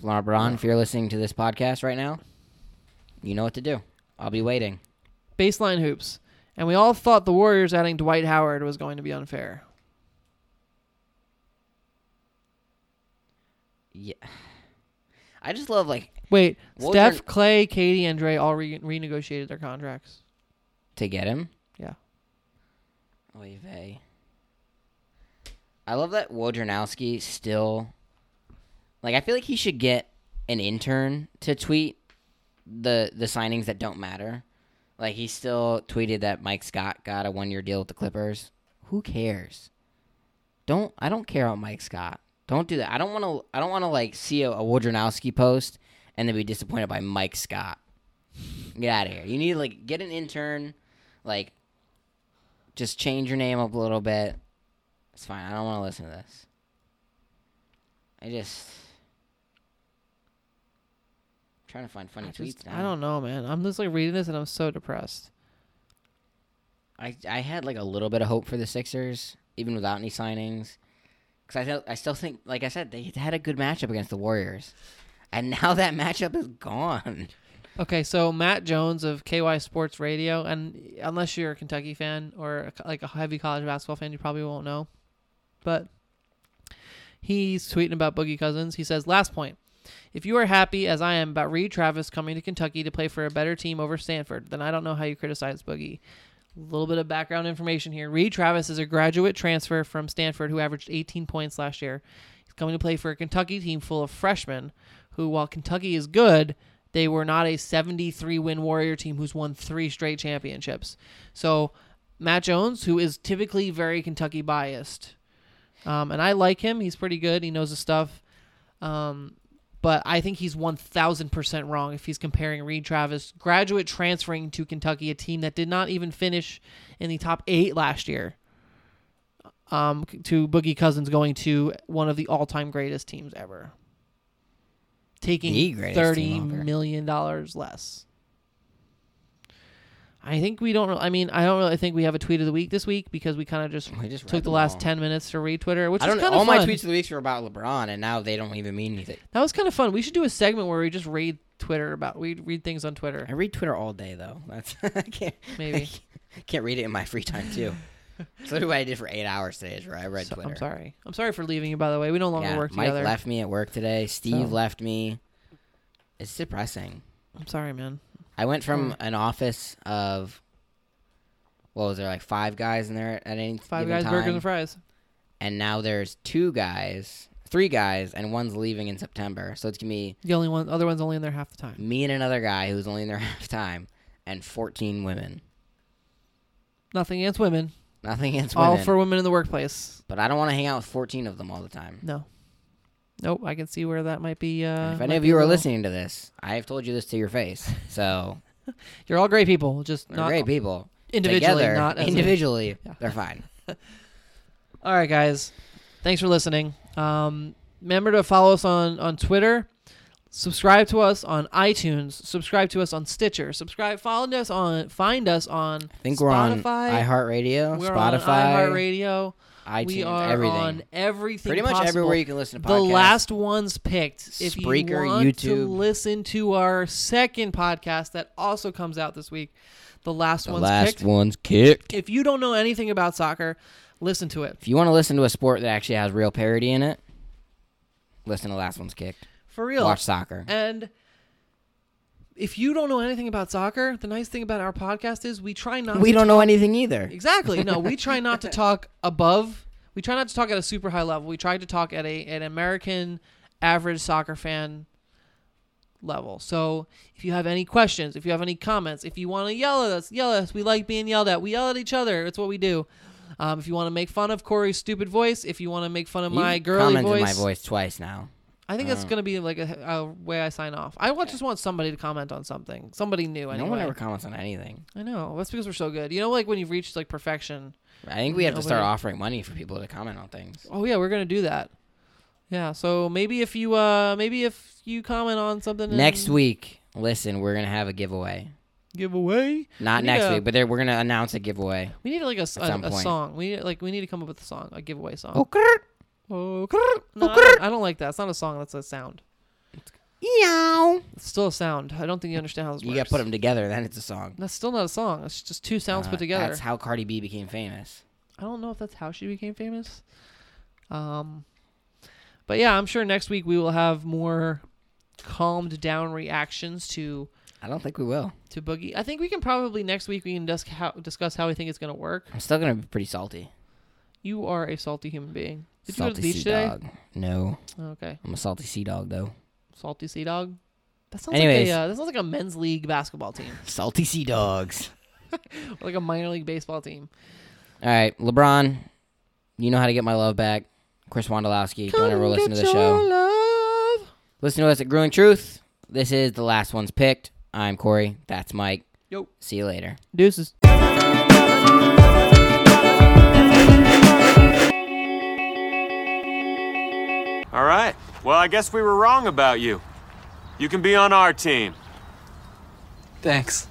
[SPEAKER 3] LeBron. If you're listening to this podcast right now, you know what to do. I'll be waiting.
[SPEAKER 2] Baseline hoops, and we all thought the Warriors adding Dwight Howard was going to be unfair.
[SPEAKER 3] Yeah, *sighs* I just love like
[SPEAKER 2] Wait,
[SPEAKER 3] What was
[SPEAKER 2] Steph,
[SPEAKER 3] your-
[SPEAKER 2] Clay, Katie, and Dre all re- renegotiated their contracts.
[SPEAKER 3] to get him.
[SPEAKER 2] Yeah.
[SPEAKER 3] Oy vey. I love that Wojnarowski still. Like, I feel like he should get an intern to tweet the the signings that don't matter. Like, he still tweeted that Mike Scott got a one year deal with the Clippers. Who cares? Don't I don't care about Mike Scott. Don't do that. I don't want to. I don't want to like see a, a Wojnarowski post and then be disappointed by Mike Scott. Get out of here. You need to, like get an intern, like just change your name up a little bit. It's fine. I don't want to listen to this. I just I'm trying to find funny
[SPEAKER 2] I,
[SPEAKER 3] tweets
[SPEAKER 2] just,
[SPEAKER 3] now.
[SPEAKER 2] I don't know, man. I'm just like reading this and I'm so depressed.
[SPEAKER 3] I I had like a little bit of hope for the Sixers, even without any signings, because I th- I still think, like I said, they had a good matchup against the Warriors, and now *laughs* that matchup is gone.
[SPEAKER 2] Okay, so Matt Jones of KY Sports Radio, and unless you're a Kentucky fan or a co- like a heavy college basketball fan, you probably won't know. But he's tweeting about Boogie Cousins. He says, "Last point: If you are happy as I am about Reed Travis coming to Kentucky to play for a better team over Stanford, then I don't know how you criticize Boogie." A little bit of background information here. Reed Travis is a graduate transfer from Stanford who averaged 18 points last year. He's coming to play for a Kentucky team full of freshmen who, while Kentucky is good, they were not a 73 win Warrior team who's won three straight championships. So, Matt Jones, who is typically very Kentucky biased, um, and I like him. He's pretty good. He knows his stuff. Um, but I think he's 1,000% wrong if he's comparing Reed Travis, graduate transferring to Kentucky, a team that did not even finish in the top eight last year, um, to Boogie Cousins going to one of the all time greatest teams ever, taking
[SPEAKER 3] The greatest
[SPEAKER 2] $30
[SPEAKER 3] team ever.
[SPEAKER 2] million less. I think we don't. I mean, I don't really think we have a tweet of the week this week because we kind of just,
[SPEAKER 3] We just
[SPEAKER 2] took
[SPEAKER 3] read
[SPEAKER 2] the
[SPEAKER 3] them
[SPEAKER 2] last
[SPEAKER 3] all.
[SPEAKER 2] ten minutes to read Twitter, which
[SPEAKER 3] I
[SPEAKER 2] is
[SPEAKER 3] don't
[SPEAKER 2] kind
[SPEAKER 3] know.
[SPEAKER 2] of
[SPEAKER 3] All
[SPEAKER 2] fun.
[SPEAKER 3] my tweets of the weeks were about LeBron, and now they don't even mean anything.
[SPEAKER 2] That was kind of fun. We should do a segment where we just read Twitter about we read things on Twitter.
[SPEAKER 3] I read Twitter all day though. That's *laughs* I can't
[SPEAKER 2] Maybe.
[SPEAKER 3] I can't read it in my free time
[SPEAKER 2] *laughs*
[SPEAKER 3] too. so what I did for eight hours today is where I read
[SPEAKER 2] So-
[SPEAKER 3] Twitter.
[SPEAKER 2] I'm sorry. I'm sorry for leaving you. By the way, we no longer
[SPEAKER 3] Yeah,
[SPEAKER 2] work
[SPEAKER 3] Mike
[SPEAKER 2] together.
[SPEAKER 3] left me at work today. Steve
[SPEAKER 2] So-
[SPEAKER 3] left me. It's depressing.
[SPEAKER 2] I'm sorry, man.
[SPEAKER 3] I went
[SPEAKER 2] Mm.
[SPEAKER 3] from an office of what was there like five guys in there at any
[SPEAKER 2] Five
[SPEAKER 3] given
[SPEAKER 2] guys,
[SPEAKER 3] time,
[SPEAKER 2] burgers and fries.
[SPEAKER 3] and now there's two guys, three guys, and one's leaving in September. So it's gonna be
[SPEAKER 2] The only one, other one's only in there half the time.
[SPEAKER 3] me and another guy who's only in there *laughs* half time, and 14 women.
[SPEAKER 2] Nothing against women.
[SPEAKER 3] Nothing against women,
[SPEAKER 2] All for women in the workplace.
[SPEAKER 3] but I don't want to hang out with 14 of them all the time.
[SPEAKER 2] No. Nope. I can see where that might be. Uh,
[SPEAKER 3] And if
[SPEAKER 2] might
[SPEAKER 3] any of
[SPEAKER 2] be
[SPEAKER 3] you
[SPEAKER 2] a
[SPEAKER 3] are
[SPEAKER 2] little-
[SPEAKER 3] listening to this, I have told you this to your
[SPEAKER 2] *laughs*
[SPEAKER 3] face. So
[SPEAKER 2] you're all great people. Just
[SPEAKER 3] they're
[SPEAKER 2] not
[SPEAKER 3] great people.
[SPEAKER 2] individually,
[SPEAKER 3] Together,
[SPEAKER 2] not as a-
[SPEAKER 3] individually,
[SPEAKER 2] Yeah.
[SPEAKER 3] they're fine.
[SPEAKER 2] All right, guys. Thanks for listening. Um, remember to follow us on on Twitter. Subscribe to us on iTunes. Subscribe to us on Stitcher. Subscribe. Find us on. Find us on.
[SPEAKER 3] I think
[SPEAKER 2] Spotify.
[SPEAKER 3] we're on iHeartRadio,
[SPEAKER 2] We're on
[SPEAKER 3] Spotify,
[SPEAKER 2] iHeartRadio.
[SPEAKER 3] iTunes,
[SPEAKER 2] we are
[SPEAKER 3] everything.
[SPEAKER 2] on everything.
[SPEAKER 3] Pretty much
[SPEAKER 2] possible.
[SPEAKER 3] everywhere you can listen to podcasts.
[SPEAKER 2] The last one's picked. If you
[SPEAKER 3] Spreaker,
[SPEAKER 2] want to
[SPEAKER 3] YouTube.
[SPEAKER 2] listen to our second podcast that also comes out this week, the last
[SPEAKER 3] the
[SPEAKER 2] one's
[SPEAKER 3] last
[SPEAKER 2] picked.
[SPEAKER 3] one's kicked.
[SPEAKER 2] If you don't know anything about soccer, listen to it.
[SPEAKER 3] If you want to listen to a sport that actually has real parody in it, listen to last one's kicked.
[SPEAKER 2] For real.
[SPEAKER 3] Watch soccer.
[SPEAKER 2] And if you don't know anything about soccer, the nice thing about our podcast is we try not
[SPEAKER 3] We
[SPEAKER 2] to
[SPEAKER 3] don't know anything either.
[SPEAKER 2] Exactly. No, we try not to
[SPEAKER 3] *laughs*
[SPEAKER 2] talk above. We try not to talk at a super high level. We try to talk at a an American average soccer fan level. So if you have any questions, if you have any comments, if you want to yell at us, yell at us. We like being yelled at. We yell at each other. It's what we do. Um, if you want to make fun of Corey's stupid voice, if you want to make fun of my
[SPEAKER 3] You've
[SPEAKER 2] girly
[SPEAKER 3] commented
[SPEAKER 2] voice,
[SPEAKER 3] my voice twice now.
[SPEAKER 2] I think
[SPEAKER 3] Mm.
[SPEAKER 2] that's gonna be like a, a way I sign off. I wa- just want somebody to comment on something, somebody new. Anyway,
[SPEAKER 3] No one ever comments on anything.
[SPEAKER 2] I know that's because we're so good. You know, like when you've reached like perfection,
[SPEAKER 3] I think we have to start
[SPEAKER 2] Nobody-
[SPEAKER 3] offering money for people to comment on things.
[SPEAKER 2] Oh yeah, we're gonna do that. Yeah, so maybe if you uh maybe if you comment on something
[SPEAKER 3] Next
[SPEAKER 2] and
[SPEAKER 3] week, listen, we're gonna have a giveaway.
[SPEAKER 2] give away.
[SPEAKER 3] Not
[SPEAKER 2] We
[SPEAKER 3] next
[SPEAKER 2] need a-
[SPEAKER 3] week, but there- we're gonna announce a giveaway.
[SPEAKER 2] We need like a, s- a-
[SPEAKER 3] some
[SPEAKER 2] a
[SPEAKER 3] point.
[SPEAKER 2] song. We need, like we need to come up with a song, a giveaway song.
[SPEAKER 3] Okay.
[SPEAKER 2] Oh, grrr. No, I, don't, I don't like that. It's not a song. That's a sound.
[SPEAKER 3] Eow.
[SPEAKER 2] It's still a sound. I don't think you understand how this
[SPEAKER 3] You
[SPEAKER 2] works.
[SPEAKER 3] gotta put them together, then it's a song.
[SPEAKER 2] That's still not a song. It's just two sounds
[SPEAKER 3] Uh,
[SPEAKER 2] put together.
[SPEAKER 3] That's how Cardi B became famous.
[SPEAKER 2] I don't know if that's how she became famous. Um, but yeah, I'm sure next week we will have more calmed down reactions to
[SPEAKER 3] I don't think we will.
[SPEAKER 2] to Boogie. I think we can probably next week we can dis- how, discuss how we think it's going to work.
[SPEAKER 3] I'm still gonna be pretty salty.
[SPEAKER 2] You are a salty human being. Did
[SPEAKER 3] salty
[SPEAKER 2] you go to the beach
[SPEAKER 3] sea
[SPEAKER 2] today?
[SPEAKER 3] dog. No,
[SPEAKER 2] Okay,
[SPEAKER 3] I'm a salty sea dog though.
[SPEAKER 2] salty sea dog. That sounds
[SPEAKER 3] Anyways.
[SPEAKER 2] like a uh, that sounds like a men's league basketball team, *laughs*
[SPEAKER 3] Salty sea dogs.
[SPEAKER 2] or like a minor league baseball team.
[SPEAKER 3] All right, LeBron, you know how to get my love back. Chris Wondolowski, don't ever listen to the show.
[SPEAKER 2] show.
[SPEAKER 3] Listen to us at Grueling Truth. This is the last one's picked. I'm Corey. That's Mike.
[SPEAKER 2] Yo,
[SPEAKER 3] See you later.
[SPEAKER 2] deuces.
[SPEAKER 1] All right. Well, I guess we were wrong about you. You can be on our team.
[SPEAKER 4] Thanks.